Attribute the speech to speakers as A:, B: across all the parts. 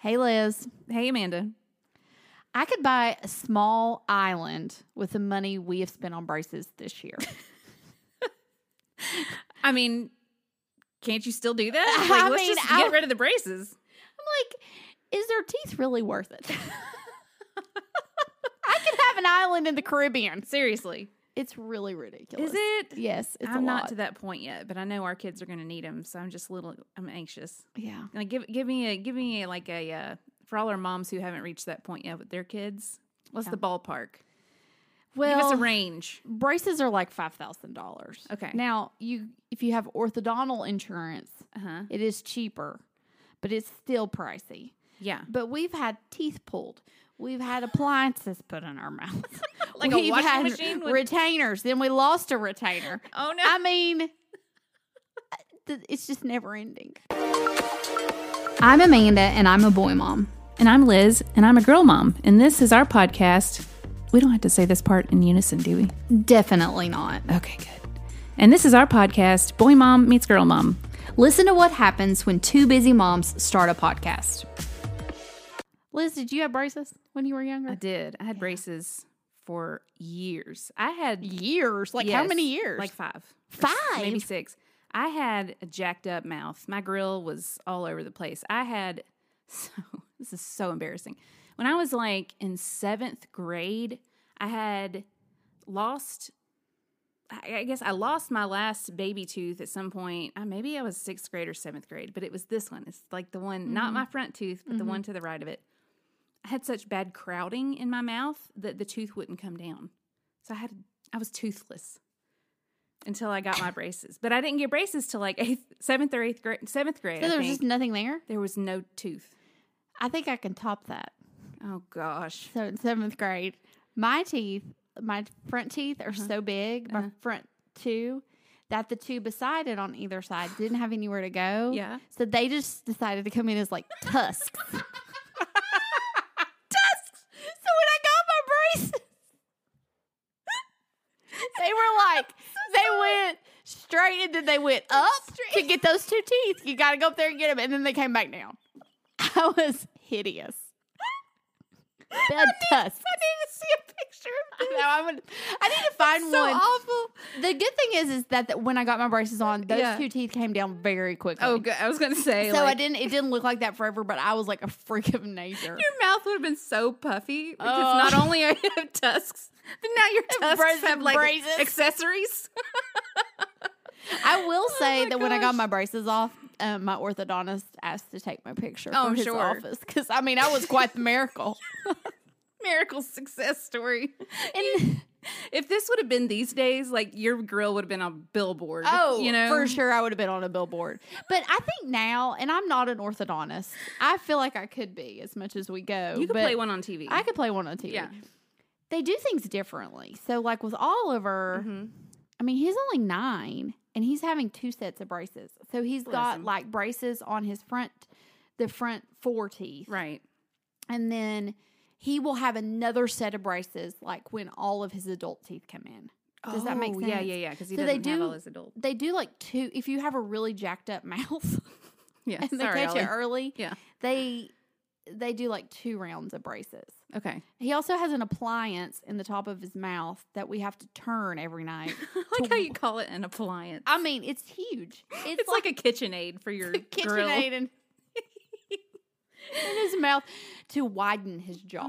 A: Hey, Liz.
B: Hey, Amanda.
A: I could buy a small island with the money we have spent on braces this year.
B: I mean, can't you still do
A: I
B: that? Like, let's
A: mean,
B: just
A: I-
B: get rid of the braces.
A: I'm like, is their teeth really worth it? I could have an island in the Caribbean.
B: Seriously,
A: It's really ridiculous.
B: is it?
A: Yes, it's a
B: I'm not
A: lot.
B: to that point yet, but I know our kids are going to need them, so I'm just a little. I'm anxious.
A: yeah.
B: Like, give give me a give me a, like a uh, for all our moms who haven't reached that point yet with their kids. What's the ballpark?
A: Well,
B: give us a range.
A: braces are like five thousand dollars.
B: Okay.
A: Now you, if you have orthodontal insurance,
B: Uh huh.
A: it is cheaper, but it's still pricey.
B: Yeah.
A: But we've had teeth pulled. We've had appliances put in our mouths.
B: Like a
A: we've
B: washing
A: had
B: machine with-
A: retainers. Then we lost a retainer.
B: Oh no.
A: I mean, uh, th- it's just never ending. I'm Amanda, and I'm a boy mom.
B: And I'm Liz, and I'm a girl mom, and this is our podcast. We don't have to say this part in unison, do we?
A: Definitely not.
B: Okay, good. And this is our podcast, Boy Mom Meets Girl Mom.
A: Listen to what happens when two busy moms start a podcast. Liz, did you have braces when you were
B: I
A: younger?
B: did. I had braces for years. I had
A: Years. Like
B: Yes, Like five. or s- Maybe
A: Five?
B: six. I had a jacked up mouth. My grill was all over the place. I had so this is so embarrassing. When I was like in seventh grade, I had lost I I guess I lost my last baby tooth at some point. Uh, maybe I was sixth grade or seventh grade, but it was this one. It's like the one, not
A: Mm-hmm.
B: my front tooth, but the one to the right of it. I had such bad crowding in my mouth that the tooth wouldn't come down. So I had I was toothless until I got my braces. But I didn't get braces till like eighth, seventh or eighth grade. Seventh grade.
A: so
B: I
A: there was
B: think.
A: just nothing there?
B: there was no tooth.
A: I think I can top that.
B: Oh gosh.
A: So in seventh grade, my teeth, my front teeth are
B: Uh-huh.
A: so big, my front two, that the two beside it on either side didn't have anywhere to go.
B: Yeah.
A: So they just decided to come in as like tusks. tusks. So when I got my braces, they were like, they went straight and then they went up to get those two teeth. You got to go up there and get them. And then they came back down. I was hideous. Bad tusks.
B: I need to see a picture of
A: I, know, I'm gonna- I need to find
B: So
A: one.
B: awful.
A: The good thing is, is that the, when I got my braces on, those
B: Yeah.
A: two teeth came down very quickly.
B: Oh, good. I was gonna say.
A: So I
B: like,
A: didn't. It didn't look like that forever, but I was like a freak of nature.
B: Your mouth would have been so puffy because
A: Oh.
B: not only are you have tusks, but now your tusks
A: Braces-
B: have like
A: braces.
B: accessories.
A: I will say
B: my
A: that when I got
B: gosh.
A: Oh my braces off, um, my orthodontist asked to take my picture
B: Oh,
A: for his
B: sure.
A: office because I mean I was quite the miracle.
B: Miracle success story.
A: And,
B: If this would have been these days, like your grill would have been on a billboard.
A: oh,
B: you know,
A: for sure I would have been on a billboard. But I think now, and I'm not an orthodontist. I feel like I could be as much as we go.
B: You could
A: but
B: play one on TV.
A: I could play one on TV.
B: Yeah.
A: They do things differently. So like with
B: Mm-hmm.
A: Oliver, I mean he's only nine and he's having two sets of braces. So he's got
B: him.
A: like braces on his front, the front four teeth,
B: Right.
A: and then he will have another set of braces like when all of his adult teeth come in. Does that make
B: Oh,
A: sense?
B: Yeah, yeah, yeah. Because he
A: So they
B: doesn't have all
A: do-
B: his adult.
A: They do like two. If you have a really jacked up mouth
B: Yeah.
A: and they
B: Sorry,
A: catch it
B: Ollie.
A: early,
B: Yeah.
A: they they do like two rounds of braces.
B: Okay.
A: He also has an appliance in the top of his mouth that we have to turn every night.
B: I like how you call it an appliance.
A: I mean, it's huge. It's,
B: It's, like, a KitchenAid for your grill.
A: KitchenAid in, in his mouth to widen his jaw.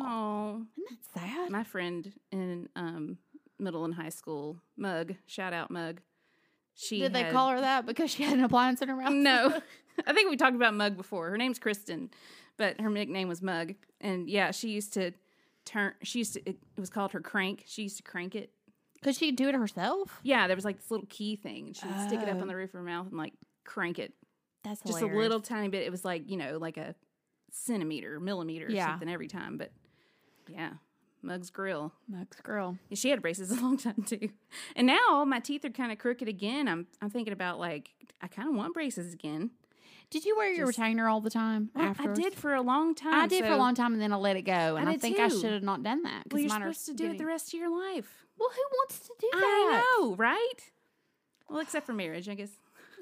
B: Oh,
A: Isn't that sad?
B: my friend in um, middle and high school, Mug. Shout out Mug. She
A: Did they
B: had-
A: call her that because she had an appliance in her mouth?
B: No, I think we talked about Mug before. Her name's Kristen, but her nickname was Mug. And yeah, she used to turn. She used to. It was called her crank. She used to crank it.
A: Could she do it herself?
B: Yeah, there was like this little key thing. and She would stick it up on the roof of her mouth and like crank it
A: That's
B: just a
A: Oh. hilarious.
B: little tiny bit. It was like you know, like a centimeter, millimeter, or
A: Yeah.
B: something every time. But yeah, Mug's grill.
A: Mug's girl.
B: And she had braces a long time too. And now my teeth are kind of crooked again. I'm I'm thinking about like I kind of want braces again.
A: Did you wear your retainer all the time?
B: Well, I
A: afterwards?
B: did for a long time.
A: I did for a
B: so-
A: long time, and then I let it go, and I,
B: did
A: think I
B: too.
A: should have not done that. 'cause
B: Well, you're
A: mine are
B: supposed to do it the
A: getting-
B: rest of your life.
A: Well, who wants to do that?
B: I know, right? Well, except for marriage, I guess.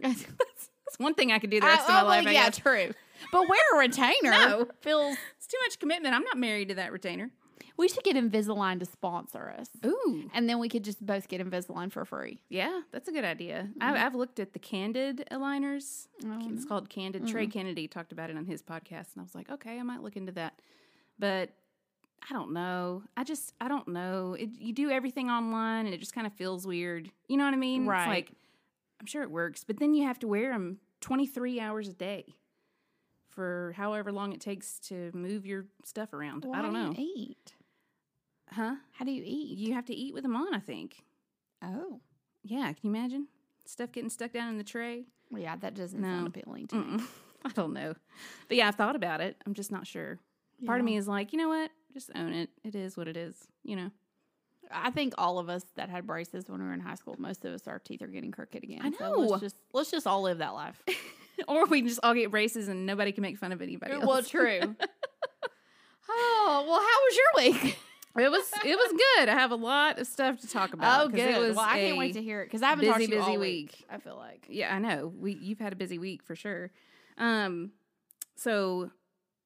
A: I know.
B: That's one thing I oh, could do the rest of my life. I
A: Oh, yeah,
B: guess.
A: true. But wear a retainer.
B: No.
A: Feels
B: It's too much commitment. I'm not married to that retainer.
A: we should get Invisalign to sponsor us.
B: Ooh.
A: And then we could just both get Invisalign for free.
B: Yeah, that's a good idea.
A: Mm-hmm.
B: I, I've looked at the Candid aligners.
A: Oh, Um,
B: It's called Candid. Trey Kennedy talked about it on his podcast, and I was like, okay, I might look into that. But I don't know. I just, I don't know. It, you do everything online, and it just kind of feels weird. You know what I mean?
A: Right.
B: It's like, I'm sure it works, but then you have to wear them 23 hours a day for however long it takes to move your stuff around. I don't know.
A: Do you eat?
B: Huh?
A: How do you eat?
B: You have to eat with them on, I think.
A: Oh.
B: Yeah, can you imagine? Stuff getting stuck down in the tray.
A: Yeah, that doesn't
B: No.
A: sound appealing to me.
B: Mm-mm. I don't know. But yeah, I've thought about it. I'm just not sure. Part of
A: Yeah.
B: me is like, you know what? Just own it. It is what it is, you know?
A: I think all of us that had braces when we were in high school, most of us, our teeth are getting crooked again.
B: I
A: So
B: know.
A: let's just let's just all live that life.
B: or we just all get braces and nobody can make fun of anybody else.
A: true. oh well, how was your week?
B: it was it was good. I have a lot of stuff to talk about.
A: oh,
B: 'cause
A: good.
B: It was
A: well, I can't
B: a-
A: wait to hear it because I haven't talked
B: busy,
A: to you all
B: busy
A: week.
B: week.
A: I feel like
B: Yeah, I know. We you've had a busy week for sure. Um so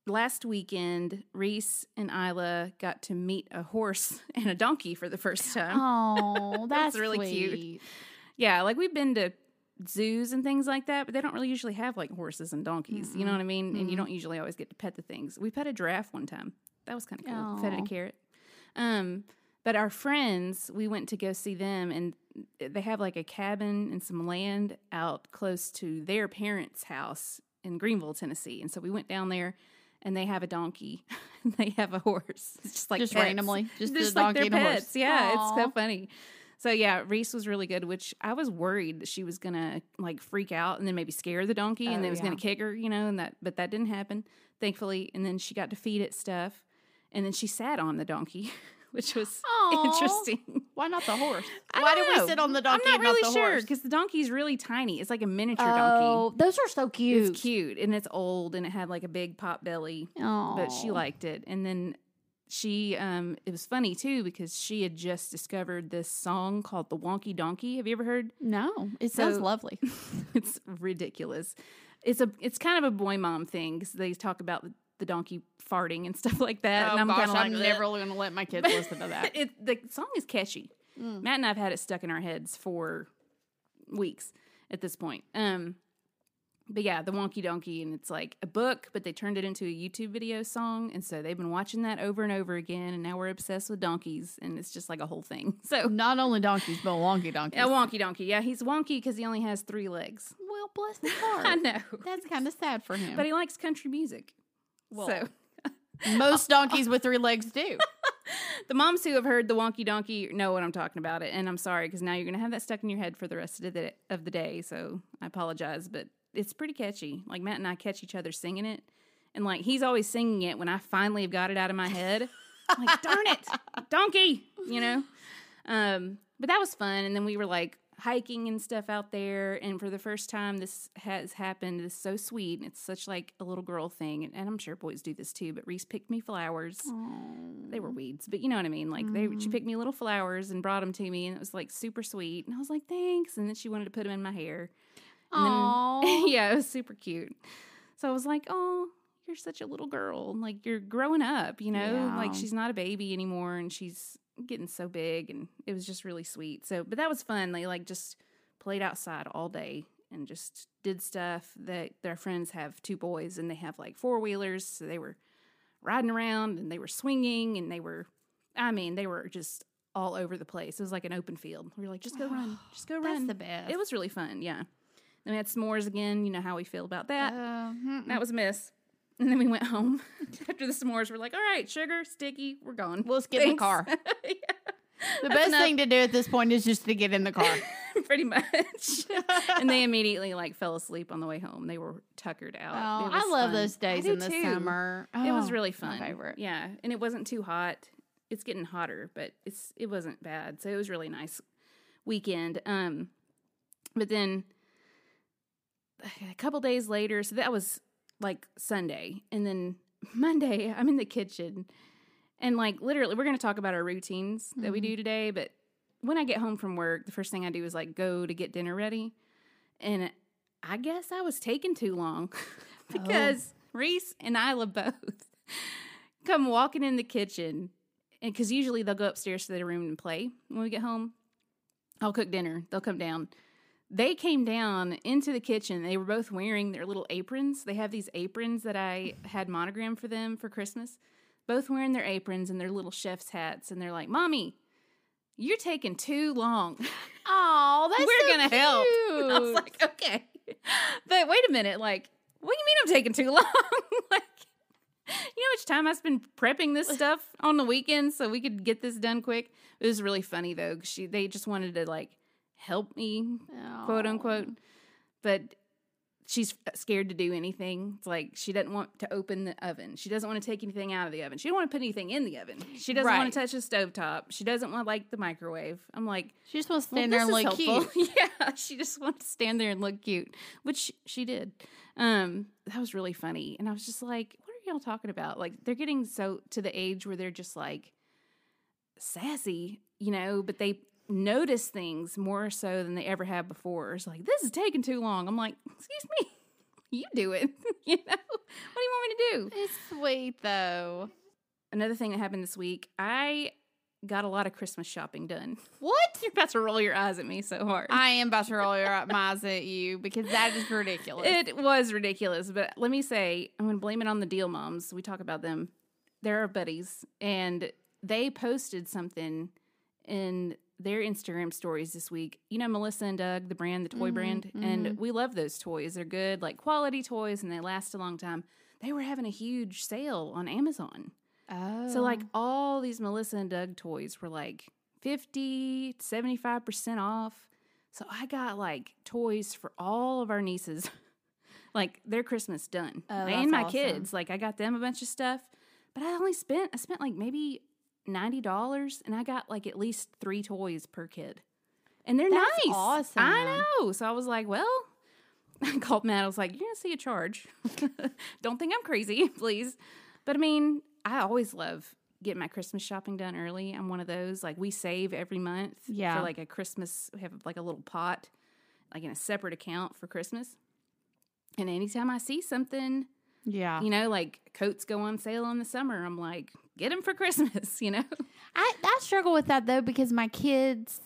B: last weekend Reese and Isla got to meet a horse and a donkey for the first time.
A: oh,
B: That was
A: that's
B: really cute.
A: sweet.
B: Yeah, like we've been to zoos and things like that, but they don't really usually have like horses and donkeys. You know what I mean? And you don't usually always get to pet the things. We pet a giraffe one time. That was kind of cool. Petted
A: Aw.
B: a carrot. Um, but our friends, we went to go see them, and they have like a cabin and some land out close to their parents' house in Greenville, Tennessee. And so we went down there, and they have a donkey, and they have a horse. It's just like
A: Just
B: pets
A: randomly, just,
B: just
A: the
B: like
A: donkey
B: their
A: and a horse.
B: pets. Yeah, it's so
A: Aw.
B: funny. So yeah, Reese was really good, which I was worried that she was gonna like freak out and then maybe scare the donkey
A: Oh,
B: and then it was
A: yeah.
B: gonna kick her, you know, and that but that didn't happen, thankfully. And then she got to feed it stuff. And then she sat on the donkey, which was
A: Aw.
B: interesting.
A: Why not the horse?
B: I
A: Why
B: don't
A: did
B: know.
A: we sit on the
B: I'm
A: donkey?
B: not
A: and
B: really
A: the
B: sure
A: horse?
B: because the donkey's really tiny. It's like a miniature
A: Oh,
B: donkey.
A: those are so cute.
B: It's cute and it's old and it had like a big pot belly
A: Oh,
B: but she liked it. And then she, um, it was funny too because she had just discovered this song called "The Wonky Donkey." Have you ever heard?
A: no. It sounds
B: So-
A: lovely.
B: it's ridiculous. It's a, it's kind of a boy mom thing because they talk about the donkey farting and stuff like
A: Oh,
B: that. and kinda "Bleh."
A: going to let my kids listen to
B: it, the song is catchy.
A: Mm.
B: Matt and I've had it stuck in our heads for weeks at this point. Um, but yeah, the Wonky Donkey, and it's like a book, but they turned it into a YouTube video song, and so they've been watching that over and over again, and now we're obsessed with donkeys, and it's just like a whole thing. So
A: Not only donkeys, but wonky donkeys.
B: yeah, Wonky Donkey, yeah, he's wonky because he only has three legs.
A: well, bless his
B: I
A: heart.
B: know,
A: That's kind of sad for him.
B: but he likes country music.
A: Well,
B: so uh,
A: most donkeys with three legs do.
B: The moms who have heard the wonky donkey know what I'm talking about it, and I'm sorry because now you're gonna have that stuck in your head for the rest of the of the day. So I apologize, but it's pretty catchy. Like Matt and I catch each other singing it, and like he's always singing it when I finally have got it out of my head. I'm like darn it, donkey, you know. Um, but that was fun, and then we were like hiking and stuff out there, and for the first time this has happened. It's so sweet, and it's such like a little girl thing, and, and I'm sure boys do this too. But Reese picked me flowers they were weeds, but you know what I mean. Like they, she picked me little flowers and brought them to me, and it was like super sweet. And I was like, thanks. And then she wanted to put them in my hair. And
A: Aw.
B: then, yeah, it was super cute. So I was like, oh, you're such a little girl. and, Like you're growing up, you know.
A: Yeah.
B: Like she's not a baby anymore, and she's getting so big. And it was just really sweet. So, but that was fun. They like just played outside all day and just did stuff that their friends have two boys and they have like four wheelers so they were riding around and they were swinging and they were i mean they were just all over the place it was like an open field we were like just go run just go
A: That's
B: run
A: the best.
B: it was really fun yeah then we had s'mores again you know how we feel about that
A: Uh, mm-mm.
B: that was a miss and then we went home after the s'mores we're like all right sugar sticky we're gone
A: Well, let's get in the
B: Thanks.
A: car.
B: Yeah,
A: The best
B: enough.
A: thing to do at this point is just to get in the car.
B: pretty much and they immediately like fell asleep on the way home they were tuckered out
A: Oh,
B: It
A: I
B: was
A: love
B: fun.
A: those
B: I
A: days
B: do
A: in the
B: too.
A: summer.
B: It
A: Oh,
B: was really
A: my
B: fun.
A: favorite.
B: Yeah, and it wasn't too hot. It's getting hotter, but it's it wasn't bad. So it was really nice weekend. Um, but then a couple days later, so that was like Sunday, and then Monday, I'm in the kitchen, and like literally, we're gonna talk about our routines that
A: Mm-hmm.
B: we do today. But when I get home from work, the first thing I do is like go to get dinner ready, and I guess I was taking too long because Reese and Isla both come walking in the kitchen, and because usually they'll go upstairs to their room and play. When we get home, I'll cook dinner. They'll come down. They came down into the kitchen. They were both wearing their little aprons. They have these aprons that I had monogrammed for them for Christmas. Both wearing their aprons and their little chef's hats, and they're like, "Mommy, you're taking too long."
A: Oh, that's
B: we're
A: so
B: gonna help. And I was
A: cute.
B: like, okay, but wait a minute, like, what do you mean I'm taking too long? like, you know, how much time I spend prepping this stuff on the weekends so we could get this done quick. It was really funny though. 'cause she they just wanted to like help me, quote
A: Oh.
B: unquote, but. She's scared to do anything. It's like she doesn't want to open the oven. She doesn't want to take anything out of the oven. She doesn't want to put anything in the oven. She doesn't
A: Right.
B: want to touch the stovetop. She doesn't want to like the microwave. I'm like,
A: She just wants to
B: well,
A: stand
B: this
A: there and look
B: is helpful.
A: cute.
B: Yeah, she just wanted to stand there and look cute, which she, she did. Um, that was really funny, and I was just like, "What are y'all talking about?" Like they're getting so to the age where they're just like sassy, you know, but they notice things more so than they ever have before. It's like this is taking too long. I'm like, "Excuse me, you do it." you know, what do you want me to do?
A: It's sweet though.
B: Another thing that happened this week, I got a lot of Christmas shopping done.
A: What?
B: You're about to roll your eyes at me so hard.
A: I am about to roll your eyes at you because that is ridiculous.
B: It was ridiculous, but let me say, I'm going to blame it on the deal moms. We talk about them. They're our buddies, and they posted something in their Instagram stories this week. You know, Melissa and Doug, the brand, the toy
A: Mhm,
B: brand, and we love those toys. They're good, like quality toys, and they last a long time. They were having a huge sale on Amazon.
A: oh.
B: So, like, all these Melissa and Doug toys were like 50, 75% off. So, I got like toys for all of our nieces, like their Christmas done.
A: Oh, that's
B: and my
A: awesome.
B: kids, like, I got them a bunch of stuff, but I only spent, I spent like maybe $90 and I got like at least three toys per kid. And they're
A: That's
B: nice. I
A: awesome.
B: know. So, I was like, well, I called Matt. I was like, you're going to see a charge. Don't think I'm crazy, please. But I mean, I always love getting my Christmas shopping done early. I'm one of those. Like we save every month
A: Yeah.
B: for like a Christmas. We have like a little pot, like in a separate account for Christmas. And anytime I see something,
A: yeah.
B: you know, like coats go on sale in the summer, I'm like, get them for Christmas, you know?
A: I, I struggle with that though because my kids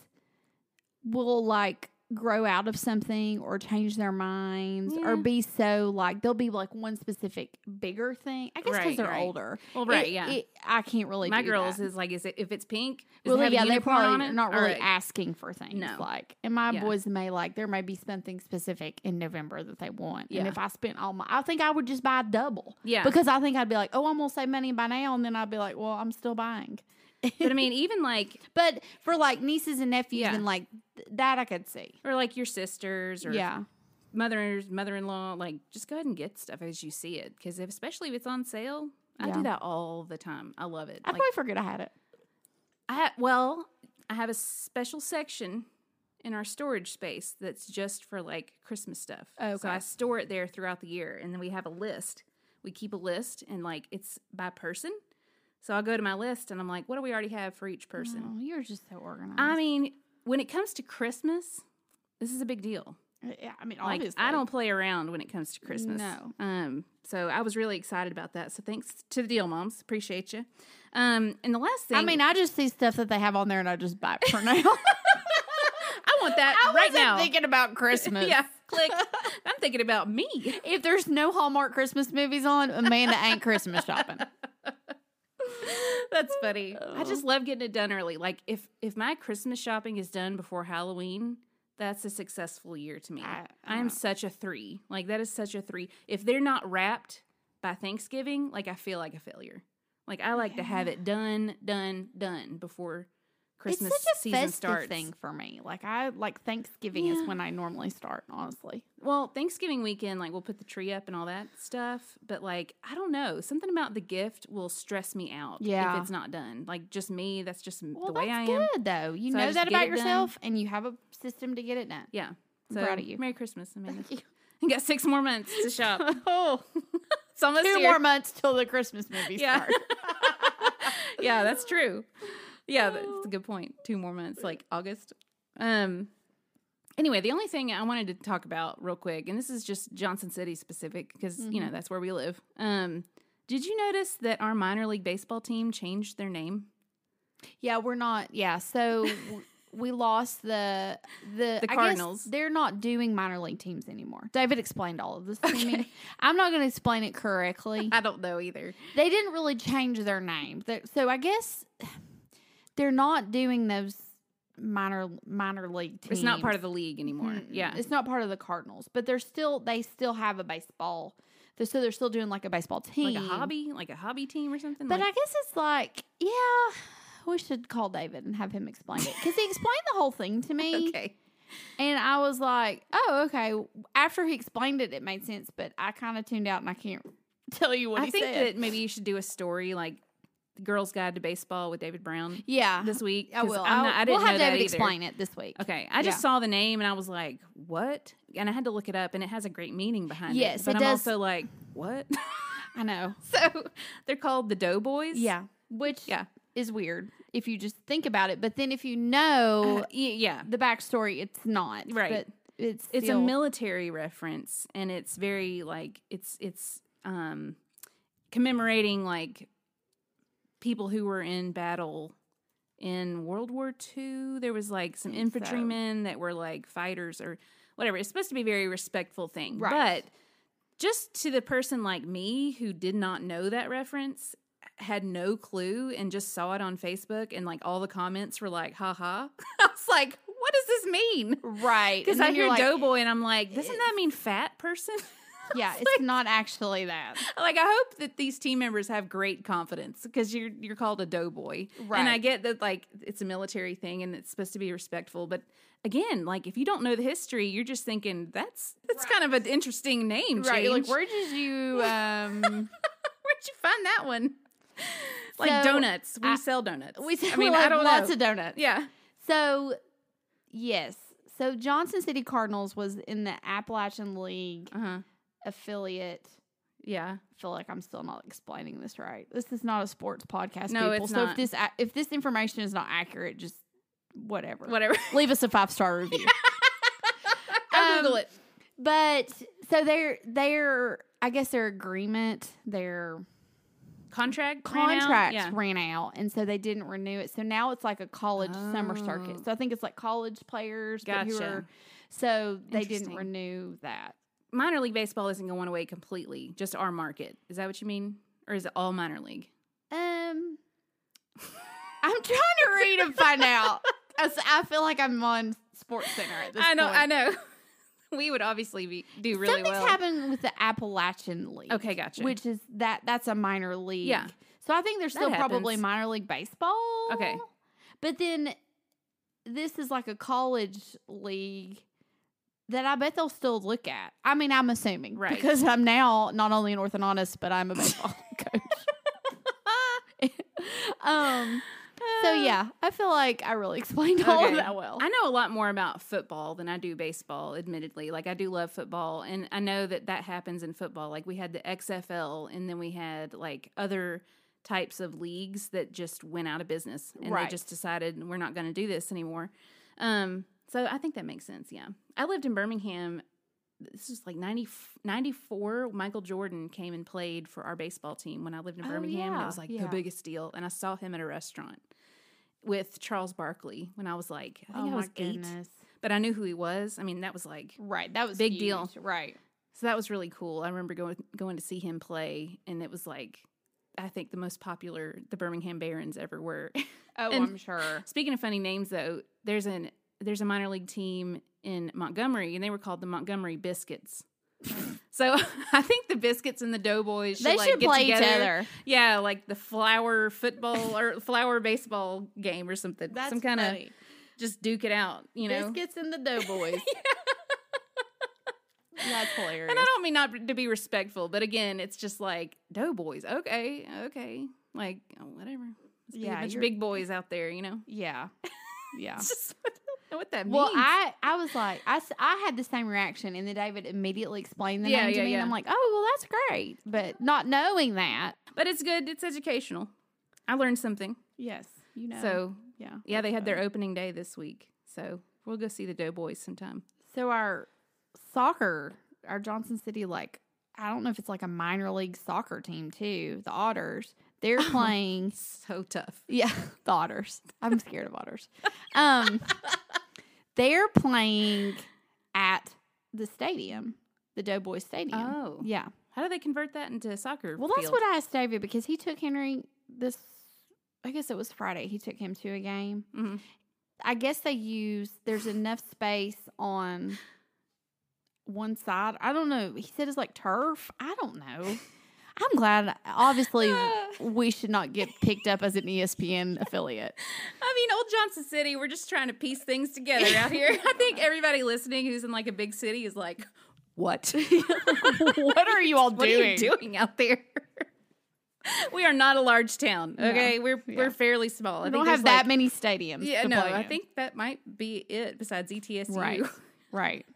A: will like grow out of something or change their minds
B: Yeah.
A: or be so like they'll be like one specific bigger thing. I guess because
B: Right,
A: they're
B: right.
A: older.
B: Well, right,
A: It-
B: yeah.
A: it- I can't really.
B: my
A: do
B: girls
A: that.
B: is like, is it if it's pink? Does
A: Well,
B: it have a
A: yeah, they're
B: unicorn on
A: probably
B: it?
A: not
B: All
A: really
B: right.
A: asking for things.
B: No.
A: Like, and my
B: Yeah.
A: boys may like there may be something specific in November that they want.
B: Yeah.
A: And if I spent all my, I think I would just buy double.
B: Yeah.
A: Because I think I'd be like, oh, I'm gonna save money by now, and then I'd be like, well, I'm still buying.
B: but I mean, even like
A: But for like nieces and nephews
B: Yeah.
A: and like th- that, I could see.
B: or like your sisters or
A: Yeah,
B: mothers, mother in law, like just go ahead and get stuff as you see it. Because if, especially if it's on sale, I
A: Yeah.
B: do that all the time. I love it.
A: I
B: Like,
A: probably forget I had it.
B: I ha- well, I have a special section in our storage space that's just for like Christmas stuff.
A: Okay.
B: So I store it there throughout the year, and then we have a list. We keep a list, and like it's by person. So I'll go to my list, and I'm like, what do we already have for each person?
A: Oh, you're just so organized.
B: I mean, when it comes to Christmas, this is a big deal.
A: Uh, yeah, I mean,
B: Like
A: obviously,
B: I don't play around when it comes to Christmas.
A: No.
B: Um, so I was really excited about that. So thanks to the deal moms, appreciate you. Um, and the last thing,
A: I mean, I just see stuff that they have on there, and I just buy it for now.
B: I want that right now.
A: thinking about Christmas.
B: yeah, click. I'm thinking about me.
A: If there's no Hallmark Christmas movies on, Amanda ain't Christmas shopping.
B: That's funny. I just love getting it done early. Like if if my Christmas shopping is done before Halloween, that's a successful year to me.
A: I- I
B: I am
A: know.
B: such a three. Like that is such a three. If they're not wrapped by Thanksgiving, like I feel like a failure. Like I like to have it done, done, done before Christmas
A: it's such a
B: season
A: festive
B: starts.
A: thing for me. Like I like Thanksgiving
B: Yeah.
A: is when I normally start. Honestly,
B: Well, Thanksgiving weekend, like we'll put the tree up and all that stuff. But like, I don't know, something about the gift will stress me out.
A: Yeah.
B: if it's not done, like just me. That's just m-
A: well,
B: the way
A: that's
B: I am.
A: good though. You
B: So I
A: know
B: just
A: that
B: get
A: about
B: it done.
A: yourself, and you have a system to get it done.
B: Yeah.
A: I'm proud of you.
B: Merry Christmas, Amanda.
A: you.
B: You got six more months to shop.
A: Oh,
B: It's almost
A: two
B: here.
A: more months till the Christmas movies
B: Yeah.
A: start.
B: yeah, that's
A: Oh.
B: true. Yeah, that's a good point. Two more months, like August. Um, Anyway, the only thing I wanted to talk about real quick, and this is just Johnson City specific because you
A: Mm-hmm.
B: know that's where we live. Um, did you notice that our minor league baseball team changed their name?
A: Yeah, we're not. Yeah, so w- we lost the the,
B: The
A: I guess
B: Cardinals.
A: they're not doing minor league teams anymore. David explained all of this to me. I'm not going to explain it correctly.
B: I don't know either.
A: they didn't really change their name, They- so I guess they're not doing those minor minor league teams.
B: It's not part of the league anymore. Yeah,
A: Hmm. it's not part of the Cardinals, but they're still they still have a baseball. They're, so they're still doing like a baseball team,
B: like a hobby, like a hobby team or something.
A: But
B: like,
A: I guess it's like, yeah, we should call David and have him explain it because he explained the whole thing to me,
B: okay.
A: and I was like, oh, okay. After he explained it, it made sense, but I kind of tuned out and I can't tell you what
B: I
A: he
B: think
A: said.
B: that maybe you should do a story like the Girls Guide to Baseball with David Brown
A: yeah,
B: this week.
A: I
B: 'cause
A: will.
B: I'm
A: I'll-
B: not, I didn't
A: we'll have
B: know that
A: David
B: either.
A: explain it this week.
B: Okay, I just
A: Yeah.
B: saw the name and I was like, "What?" And I had to look it up, and it has a great meaning behind
A: Yes,
B: it. But
A: it
B: I'm
A: does.
B: also like, "What?"
A: I know.
B: so they're called the Doughboys.
A: Yeah, which
B: yeah,
A: is weird if you just think about it, but then if you know
B: Uh, y- yeah.
A: the backstory, it's not
B: Right.
A: But it's
B: It's a
A: still-
B: military reference, and it's very like it's it's um commemorating like people who were in battle in World War II. There was like some
A: Think so.
B: infantrymen that were like fighters or whatever. It's supposed to be a very respectful thing,
A: Right.
B: but just to the person like me who did not know that reference had no clue and just saw it on facebook and like all the comments were like haha i was like what does this mean
A: right
B: because
A: and then
B: I
A: you're
B: hear
A: like,
B: doughboy and I'm like, doesn't
A: it's-
B: that mean fat person?
A: Yeah, it's not actually that.
B: like I hope that these team members have great confidence because you're you're called a doughboy, And I
A: Right.
B: get that like it's a military thing and it's supposed to be respectful, but again, like if you don't know the history, you're just thinking that's that's kind of an interesting name.
A: Right. You're like,
B: change.
A: where did you um
B: where'd you find that one? like
A: So,
B: donuts, we
A: I-
B: sell donuts.
A: we
B: I mean, I don't
A: lots
B: know.
A: of donuts.
B: yeah,
A: So yes. So Johnson City Cardinals was in the Appalachian League
B: uh huh,
A: affiliate.
B: yeah.
A: I feel like I'm still not explaining this right. This is not a sports podcast,
B: No,
A: people.
B: it's
A: so
B: not.
A: if this a- if this information is not accurate, just whatever.
B: Whatever.
A: Leave us a five star review.
B: I'll
A: Um,
B: Google it.
A: But so their their I guess their agreement, their
B: Contract ran out?
A: contracts
B: Yeah.
A: ran out and so they didn't renew it. So now it's like a college summer
B: Oh.
A: circuit. So I think it's like college players but who
B: Gotcha.
A: are so they didn't
B: Interesting.
A: renew that.
B: minor league baseball isn't going away completely, just our market. Is that what you mean? Or is it all minor league?
A: Um I'm trying to read and find out. As I feel like I'm on Sports Center at this point.
B: know. we would obviously be, do really
A: Something's
B: well.
A: happened with the Appalachian League.
B: Okay, gotcha.
A: Which is that that's a minor league.
B: Yeah.
A: So I think there's
B: That
A: still probably
B: happens.
A: minor league baseball.
B: Okay.
A: But then this is like a college league that I bet they'll still look at. I mean, I'm assuming.
B: Right.
A: Because I'm now not only an orthodontist, but I'm a baseball coach. um
B: Uh,
A: so yeah, I feel like I really explained all
B: Okay.
A: of that well.
B: I know a lot more about football than I do baseball, admittedly. Like, I do love football, and I know that that happens in football. Like, we had the XFL, and then we had like other types of leagues that just went out of business and they
A: Right.
B: just decided we're not going to do this anymore. Um, so I think that makes sense. Yeah. I lived in Birmingham. This was like 90, 94. Michael Jordan came and played for our baseball team when I lived in
A: Oh,
B: Birmingham. and it
A: yeah,
B: was like the
A: yeah.
B: biggest deal. And I saw him at a restaurant with Charles Barkley when I was like, I
A: Oh
B: think I was eight, but I knew who he was. I mean, that was like,
A: Right. That was
B: Big
A: huge.
B: deal.
A: Right.
B: so that was really cool. I remember going going to see him play, and it was like, I think the most popular the Birmingham Barons ever were.
A: Oh,
B: And-
A: I'm sure.
B: Speaking of funny names, though, there's an there's a minor league team in Montgomery, and they were called the Montgomery Biscuits. so I think the Biscuits and the Doughboys should,
A: They
B: like,
A: should
B: get
A: play
B: together.
A: each other.
B: Yeah, like the flower football or flower baseball game or something. Some kind of
A: funny.
B: just duke it out, you know.
A: biscuits and the doughboys. That's hilarious.
B: And I don't mean not to be respectful, but again, it's just like doughboys. Okay, okay, like oh, whatever. Must be
A: Yeah,
B: a bunch of
A: you're-
B: big boys out there, you know.
A: yeah, yeah.
B: It's just I don't know what that
A: Well,
B: means.
A: I I was like I, s- I had the same reaction, and then David immediately explained the
B: Yeah,
A: name to
B: yeah,
A: me,
B: yeah.
A: and I'm like, oh well, that's great, but not knowing that.
B: but it's good. It's educational. I learned something.
A: Yes, you
B: So
A: yeah,
B: yeah, they had their
A: own.
B: opening day this week. So We'll go see the Doughboys sometime.
A: So our soccer, our Johnson City, like I don't know if it's like a minor league soccer team too. The Otters, they're playing.
B: Oh, So tough.
A: Yeah, the Otters. I'm scared of otters. Um, they're playing at the stadium, the Doughboys Stadium.
B: Oh.
A: yeah.
B: How do they convert that into a soccer?
A: Well, that's
B: field?
A: what I asked David because he took Henry this. I guess it was Friday. He took him to a game.
B: Mhm.
A: I guess they use there's enough space on one side. I don't know. He said it's like turf. I don't know. I'm glad. Obviously, we should not get picked up as an E ESPN affiliate.
B: I mean, old Johnson City, we're just trying to piece things together out here. I think everybody listening who's in like a big city is like, what?
A: what are you all
B: what are you doing out there? we are not a large town,
A: No.
B: okay? We're
A: Yeah.
B: we're fairly small. I
A: We don't
B: there's,
A: have that
B: like-
A: many stadiums.
B: Yeah,
A: to
B: no,
A: play
B: I
A: in.
B: think that might be it besides E ETSU.
A: Right. right.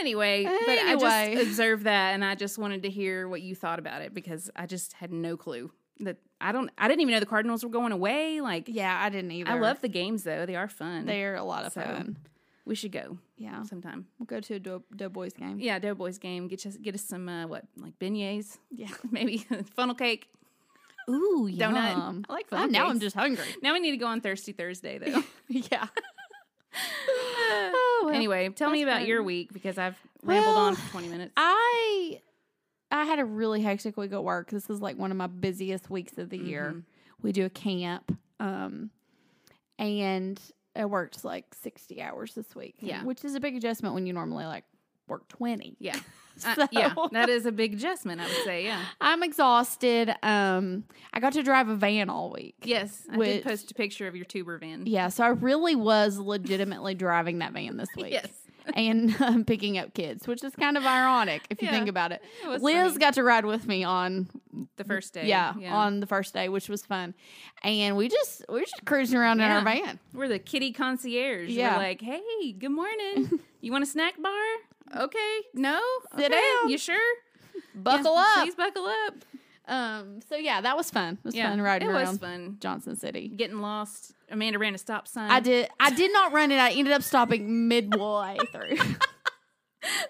B: anyway, but I
A: Anyway.
B: just observed that and I just wanted to hear what you thought about it because I just had no clue that I don't I didn't even know the Cardinals were going away. Like
A: Yeah, I didn't either.
B: I love the games though. They are fun.
A: They're a lot of
B: So-
A: fun.
B: we should go
A: Yeah,
B: sometime.
A: we'll go to a Dough- Doughboys game.
B: Yeah, Doughboys game. Get us get us some uh, what like beignets,
A: Yeah.
B: maybe funnel cake,
A: Ooh,
B: donut.
A: yum.
B: I like
A: Oh,
B: funnel
A: now I'm
B: cakes.
A: just hungry.
B: now we need to go on Thirsty Thursday though.
A: yeah. oh, well.
B: anyway, tell me
A: that's
B: about
A: fun.
B: your week because I've rambled
A: Well,
B: on for twenty minutes.
A: I I had a really hectic week at work. This is like one of my busiest weeks of the
B: Mm-hmm.
A: year. We do a camp, um, and I worked like sixty hours this week.
B: Yeah.
A: which is a big adjustment when you normally like work twenty.
B: yeah, Uh, yeah,
A: So-
B: that is a big adjustment. I would say, yeah,
A: I'm exhausted. Um, I got to drive a van all week.
B: yes. I
A: Which-
B: did post a picture of your tuber van.
A: Yeah, so I really was legitimately driving that van this week.
B: yes,
A: and um, picking up kids, which is kind of ironic if you
B: Yeah.
A: think about it.
B: It was
A: Liz
B: funny.
A: got to ride with me on
B: the first day.
A: yeah, on the first day, which was fun, and we just we were just cruising around in our
B: Yeah.
A: van.
B: we're the kitty concierge.
A: Yeah.
B: we're like, hey, good morning. you want a snack bar? Okay, no,
A: Sit
B: Okay.
A: down.
B: You sure?
A: Buckle
B: Yeah,
A: up.
B: Please buckle up.
A: Um, so yeah, that was fun. It was fun riding
B: it
A: around
B: was fun.
A: Johnson City.
B: Getting lost. Amanda ran a stop sign.
A: I did. I did not run it. I ended up stopping midway through.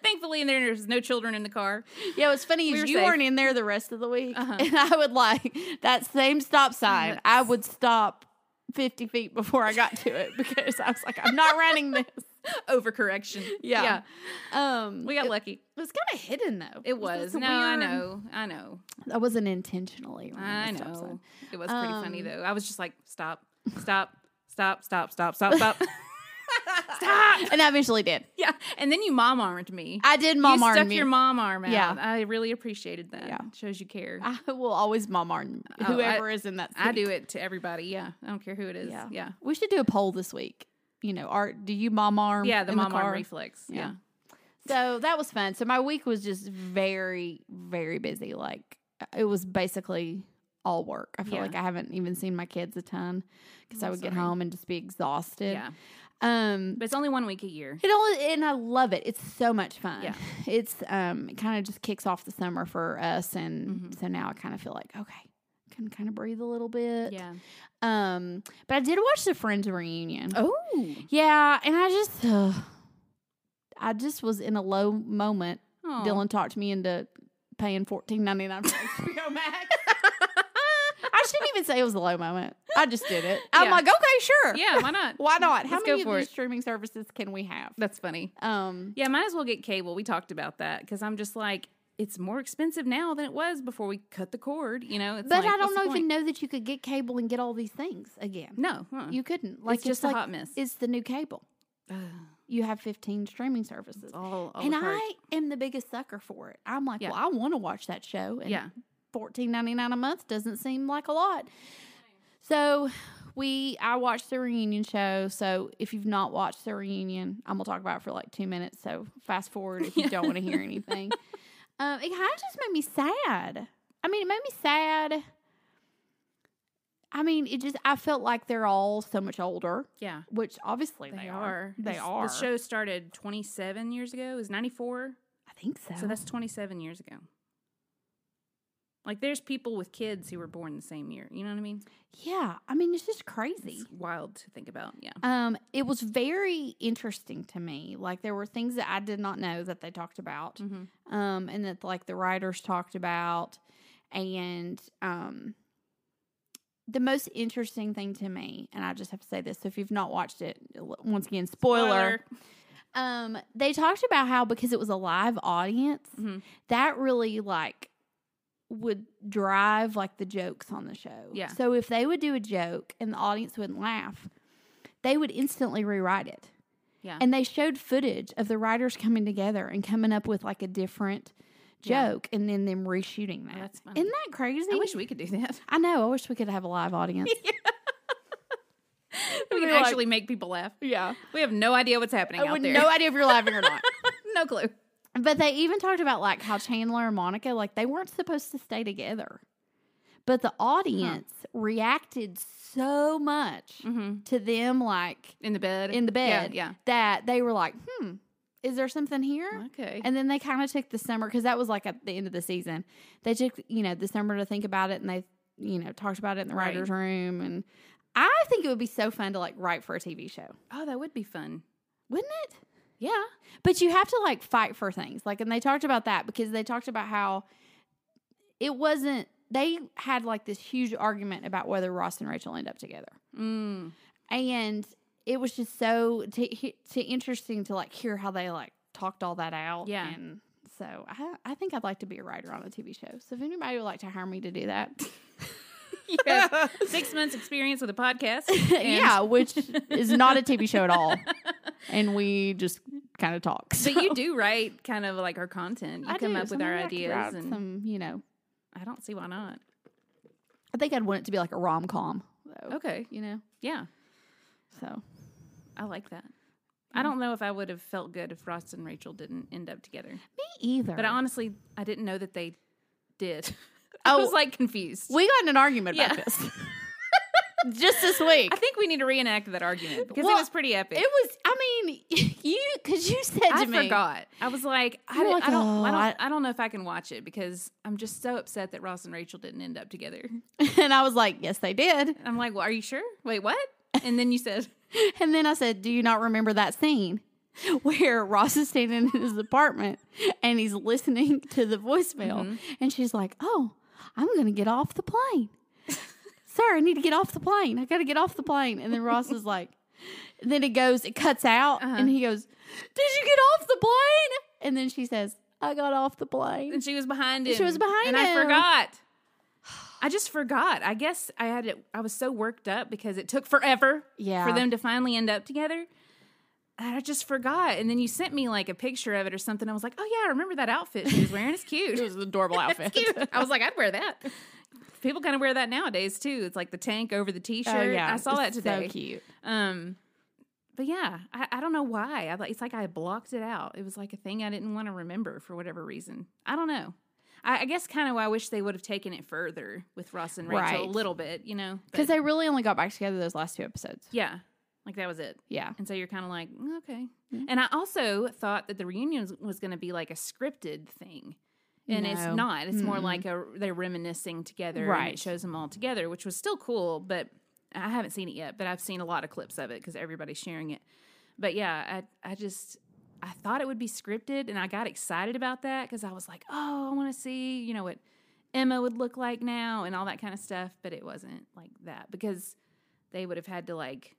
B: Thankfully, in there, there's no children in the car.
A: Yeah, what's funny is
B: were
A: you
B: safe.
A: weren't in there the rest of the week,
B: Uh-huh.
A: and I would like that same stop sign. I would stop fifty feet before I got to it because I was like, I'm not running this.
B: Overcorrection.
A: Yeah. Um,
B: We got
A: it,
B: lucky.
A: it was kind of hidden though.
B: It was.
A: just a
B: No, I
A: weird-
B: know. I know.
A: That wasn't intentionally. running
B: I
A: a stop
B: know.
A: sign.
B: It was pretty funny,
A: Um,
B: though. I was just like, stop, stop, stop, stop, stop, stop, stop. stop.
A: And I eventually did.
B: Yeah. And then you mom armed me.
A: I did mom
B: you
A: arm
B: stuck
A: me.
B: your mom arm out.
A: Yeah.
B: I really appreciated that.
A: Yeah.
B: It shows you care. I,
A: I will always mom arm
B: Oh, I-
A: whoever is in that. Seat.
B: do it to everybody. Yeah. I don't care who it is.
A: Yeah.
B: Yeah. Yeah.
A: We should do a poll this week. You know, art. Do you mom arm?
B: the
A: in
B: mom
A: car?
B: arm reflex.
A: Yeah.
B: yeah.
A: So that was fun. So my week was just very, very busy. Like uh, it was basically all work. I feel
B: Yeah.
A: like I haven't even seen my kids a ton because I
B: I'm
A: would get
B: sorry.
A: home and just be exhausted.
B: Yeah.
A: Um.
B: But it's only one week a year.
A: It only and I love it. It's so much fun.
B: Yeah.
A: It's um it kind of just kicks off the summer for us, and
B: Mhm.
A: so now I kind of feel like okay, can kind of breathe a little bit.
B: Yeah.
A: Um. But I did watch the Friends reunion.
B: Oh.
A: Yeah, and I just. Uh, I just was in a low moment Dylan talked me into paying fourteen ninety nine for HBO Max. I shouldn't even say it was a low moment. I just did it. I'm
B: Yeah.
A: like, okay, sure.
B: Yeah, why not?
A: Why not? How
B: Let's go
A: many of
B: for
A: these
B: it.
A: streaming services can we have?
B: That's funny.
A: Um
B: Yeah, might as well get cable. We talked about that because I'm just like, it's more expensive now than it was before we cut the cord. You know, it's
A: But
B: like,
A: I don't
B: what's the
A: know even
B: point?
A: know that you could get cable and get all these things again.
B: No, huh.
A: You couldn't. Like
B: it's just
A: like,
B: a hot mess.
A: It's the new cable.
B: Ugh,
A: You have fifteen streaming services.
B: it's all, all
A: and
B: apart.
A: I am the biggest sucker for it. I'm like,
B: Yeah.
A: well, I want to watch that show. And
B: yeah,
A: fourteen ninety nine a month doesn't seem like a lot. So we I watched the reunion show. So if you've not watched the reunion, I'm gonna talk about it for like two minutes. So fast forward if you don't want to hear anything. Um, it kind of just made me sad. I mean, it made me sad. I mean, it just I felt like they're all so much older,
B: yeah,
A: which obviously
B: they,
A: they,
B: are.
A: They
B: This-
A: are.
B: The show started 27 years ago. It was 94,
A: I think so.
B: so that's 27 years ago. Like there's people with kids who were born the same year. You know what I mean?
A: Yeah, I mean it's just crazy.
B: It's wild to think about. Yeah.
A: Um, it was very interesting to me. Like there were things that I did not know that they talked about,
B: Mm-hmm.
A: um, and that like the writers talked about, and um, the most interesting thing to me, and I just have to say this. So if you've not watched it, once again, spoiler. Um, they talked about how because it was a live audience,
B: Mhm.
A: that really like would drive like the jokes on the show.
B: Yeah.
A: So if they would do a joke and the audience wouldn't laugh, they would instantly rewrite it.
B: Yeah.
A: And they showed footage of the writers coming together and coming up with like a different
B: Yeah.
A: joke and then them reshooting that.
B: that's funny.
A: Isn't that crazy?
B: I wish we could do that.
A: I know. I wish we could have a live audience.
B: we
A: We're
B: can
A: like-
B: actually make people laugh.
A: yeah.
B: We have no idea what's happening
A: I
B: out
A: would
B: there.
A: no idea if you're laughing or not.
B: no clue.
A: But they even talked about like how Chandler and Monica, like they weren't supposed to stay together. But the audience reacted so much
B: Mm-hmm.
A: to them like
B: In the bed.
A: in the bed
B: Yeah.
A: that they were like, hmm, is there something here?
B: yeah. Okay.
A: And then they kind of took the summer because that was like at the end of the season. They took, you know, the summer to think about it and they, you know, talked about it in the
B: Right.
A: writer's room. And I think it would be so fun to like write for a TV show,
B: oh, that would be fun.
A: wouldn't it?
B: Yeah.
A: But you have to like fight for things. Like, and they talked about that because they talked about how it wasn't, they had like this huge argument about whether Ross and Rachel end up together.
B: Mm.
A: And it was just so to, he- to interesting to like hear how they like talked all that out.
B: Yeah.
A: And so I, I think I'd like to be a writer on a TV show. So if anybody would like to hire me to do that,
B: Yeah. Six months experience with a podcast. and-
A: yeah, which is not a TV show at all. And we just kind of talk. So.
B: But you do write kind of like our content. You
A: I
B: come
A: do.
B: up with
A: Sometimes
B: our
A: I could
B: ideas,
A: write
B: and
A: some, you know,
B: I don't see why not.
A: I think I'd want it to be like a rom com, though.
B: Okay,
A: You know,
B: yeah,
A: so
B: I like that. I don't know if I would have felt good if Ross and Rachel didn't end up together,
A: me either.
B: but I honestly, I didn't know that they did. I
A: oh,
B: was like confused.
A: we got in an argument
B: Yeah.
A: about this just this week.
B: I think we need to reenact that argument because
A: Well,
B: it was pretty epic.
A: It was. I mean, you because you said to
B: I
A: me,
B: forgot. I was like, I,
A: You were
B: di-
A: like,
B: I don't, I
A: "Oh,
B: don't,
A: I-
B: I, don't know if I can watch it because I'm just so upset that Ross and Rachel didn't end up together.
A: and I was like, "Yes, they did."
B: I'm like, well, are you sure? Wait, what? And then you said,
A: And then I said, "Do you not remember that scene where Ross is standing in his apartment and he's listening to the voicemail?"
B: Mm-hmm.
A: And she's like, "Oh, I'm gonna get off the plane. Sir, I need to get off the plane. I gotta get off the plane." And then Ross is like, then it goes, it cuts out,
B: Uh-huh.
A: and he goes, "Did you get off the plane?" And then she says, "I got off the plane."
B: and she was behind him.
A: She was behind
B: and
A: him.
B: I forgot. I just forgot. I guess I had it. I was so worked up because it took forever
A: Yeah.
B: for them to finally end up together. And I just forgot. And then you sent me like a picture of it or something. I was like, oh yeah, I remember that outfit she was wearing. It's cute.
A: was an adorable
B: It's cute. I was like, I'd wear that. People kind of wear that nowadays too. It's like the tank over the t-shirt.
A: Oh, yeah,
B: I saw that
A: It's
B: today.
A: So cute.
B: Um, but yeah, I, I don't know why. I like it's like I blocked it out. It was like a thing I didn't want to remember for whatever reason. I don't know. I, I guess kind of why I wish they would have taken it further with Ross and Rachel
A: Right.
B: a little bit, you know?
A: Because
B: But
A: they really only got back together those last two episodes.
B: yeah, like that was it.
A: Yeah.
B: And so you're kind of like, "Mm, okay. And I also thought that the reunion was, was going to be like a scripted thing. And it's
A: No.
B: not. It's more
A: Mm-mm.
B: like a they're reminiscing together. And
A: Right.
B: it shows them all together, which was still cool, but I haven't seen it yet, but I've seen a lot of clips of it cuz everybody's sharing it. But yeah, I I just I thought it would be scripted and I got excited about that cuz I was like, "Oh, I want to see, you know, what Emma would look like now and all that kind of stuff, but it wasn't like that because they would have had to like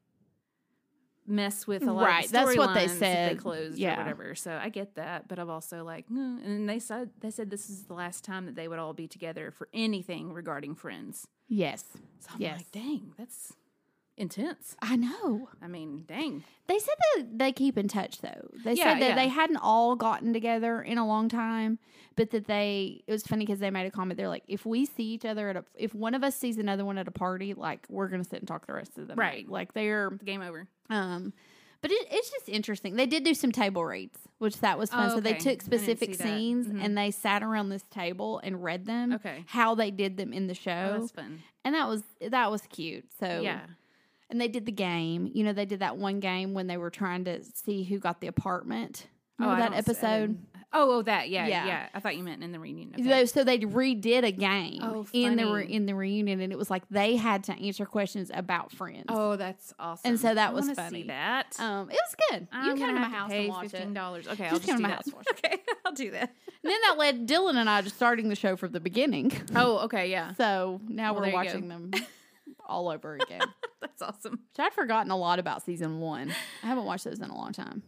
B: mess with a lot
A: Right,
B: of the
A: that's what they
B: storylines if
A: said.
B: they closed
A: Yeah.
B: or whatever so i get that but i'm also like "Mm." and then they said they said this is the last time that they would all be together for anything regarding friends
A: Yes.
B: so i'm
A: Yes.
B: like dang that's intense
A: I know.
B: i mean dang
A: They said that they keep in touch though. They
B: Yeah,
A: said that
B: yeah.
A: they hadn't all gotten together in a long time, but that they it was funny because they made a comment. They're like, if we see each other at a if one of us sees another one at a party, like we're gonna sit and talk the rest of the night.
B: Right.
A: Like they're
B: game over
A: um but it, it's just interesting. They did do some table reads, which that was fun.
B: Oh,
A: So they
B: okay. I
A: took
B: didn't
A: specific
B: see that.
A: scenes
B: Mhm.
A: and they sat around this table and read them.
B: Okay.
A: How they did them in the
B: oh,
A: show.
B: that's fun
A: and that was that was cute. So
B: yeah
A: and they did the game. You know, they did that one game when they were trying to see who got the apartment.
B: Oh,
A: Remember
B: I
A: that
B: don't s- I
A: episode?
B: didn't- Oh, oh, that. Yeah,
A: Yeah.
B: yeah. I thought you meant in the reunion. Okay.
A: Though So they redid a game
B: Oh,
A: in the re-
B: funny.
A: in the reunion, and it was like they had to answer questions about Friends.
B: oh, that's awesome.
A: so that
B: I
A: was
B: wanna
A: funny.
B: See that.
A: um, it was good.
B: I'm
A: you come to
B: gonna
A: my
B: have
A: house
B: pay
A: and watch
B: fifteen
A: it.
B: dollars. Okay,
A: Just
B: I'll just
A: come to
B: do
A: my
B: that.
A: house and watch
B: Okay, I'll do that.
A: And then that led Dylan and I to starting the show from the beginning.
B: Oh, okay, yeah,
A: So now
B: Well,
A: we're
B: there you go.
A: watching them all over again. Which
B: that's awesome.
A: I'd forgotten a lot about season one. I haven't watched those in a long time.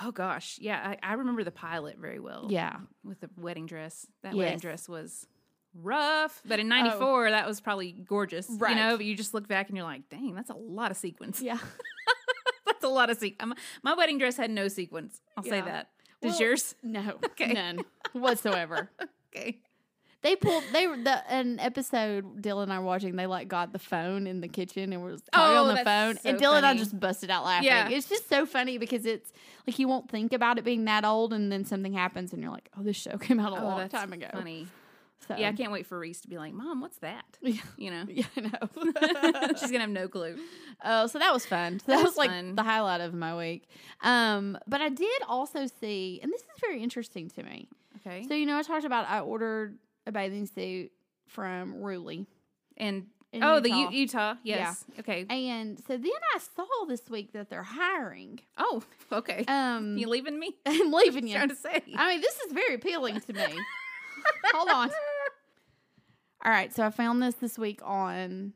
B: Oh gosh, yeah, I, I remember the pilot very well.
A: Yeah.
B: with the wedding dress. That wedding
A: Yes. Oh.
B: dress was rough, but in '94 that was probably gorgeous.
A: Right.
B: You know, but you just look back and you're like, dang, that's a lot of sequins.
A: Yeah.
B: that's a lot of sequins. My wedding dress had no sequins. I'll say
A: Yeah.
B: that. Does
A: Well-
B: yours?
A: No.
B: Okay.
A: None whatsoever.
B: Okay.
A: They pulled they were the an episode Dylan and I were watching, they like got the phone in the kitchen and was talking
B: Oh,
A: on the phone.
B: that's
A: and
B: so
A: Dylan and I
B: funny.
A: just busted out laughing.
B: Yeah.
A: It's just so funny because it's like you won't think about it being that old and then something happens and you're like, Oh, this show came out a long time ago.
B: Funny.
A: So
B: Yeah, I can't wait for Reese to be like, Mom, what's that?
A: Yeah.
B: You know,
A: yeah, I know.
B: she's gonna have no clue.
A: Oh, so that was fun. So that,
B: That
A: was,
B: was
A: like
B: fun.
A: the highlight of my week. Um, but I did also see, and this is very interesting to me.
B: Okay.
A: So you know, I talked about I ordered a bathing suit from Ruli.
B: and
A: in
B: oh, the
A: Utah.
B: U- Utah. Yes. Okay.
A: and so then I saw this week that they're hiring.
B: oh, okay.
A: Um,
B: you leaving me?
A: I'm leaving you.
B: Trying to say.
A: I mean, this is very appealing to me. Hold on. All right, so I found this this week on.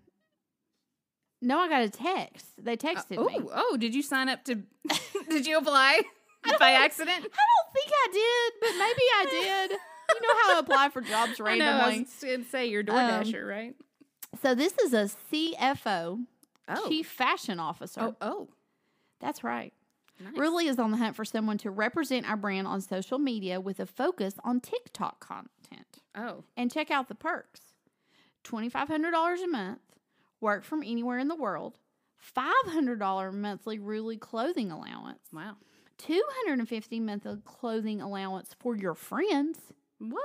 A: No, I got a text. They texted me.
B: oh, oh, did you sign up to? did you apply by accident?
A: I don't think I did, but maybe I did. You know how I apply for jobs
B: I know. I
A: randomly.
B: was gonna say your DoorDasher, right?
A: So this is a CFO,
B: Oh.
A: Chief Fashion Officer.
B: Oh, oh.
A: That's right.
B: Nice.
A: Really is on the hunt for someone to represent our brand on social media with a focus on TikTok content.
B: Oh,
A: And check out the perks. $2500 a month, work from anywhere in the world, $500 monthly Ruly clothing allowance,
B: wow.
A: 250 monthly clothing allowance for your friends.
B: What?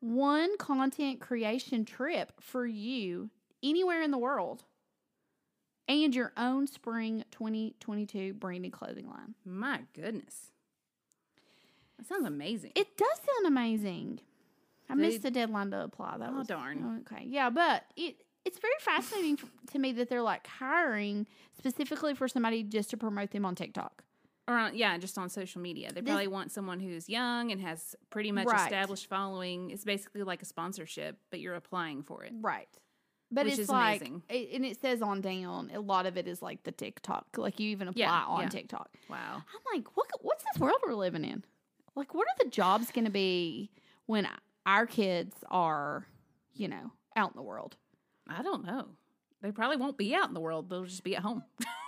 A: one content creation trip for you anywhere in the world and your own spring 2022 branded clothing line.
B: My goodness. That sounds amazing.
A: It does sound amazing. I
B: They-
A: missed the deadline to apply. That
B: Oh,
A: was
B: darn.
A: Okay. Yeah, but it it's very fascinating f- to me that they're like hiring specifically for somebody just to promote them on TikTok.
B: or on, yeah, just on social media. They
A: This-
B: probably want someone who's young and has pretty much
A: Right.
B: established following. It's basically like a sponsorship, but you're applying for it.
A: Right. But
B: Which
A: it's
B: is
A: like,
B: amazing.
A: it- and it says on down, a lot of it is like the TikTok. Like you even apply
B: Yeah,
A: on
B: yeah.
A: TikTok.
B: Wow.
A: I'm like, what, what's this world we're living in? Like, what are the jobs going to be when our kids are, you know, out in the world?
B: I don't know. They probably won't be out in the world. They'll just be at home.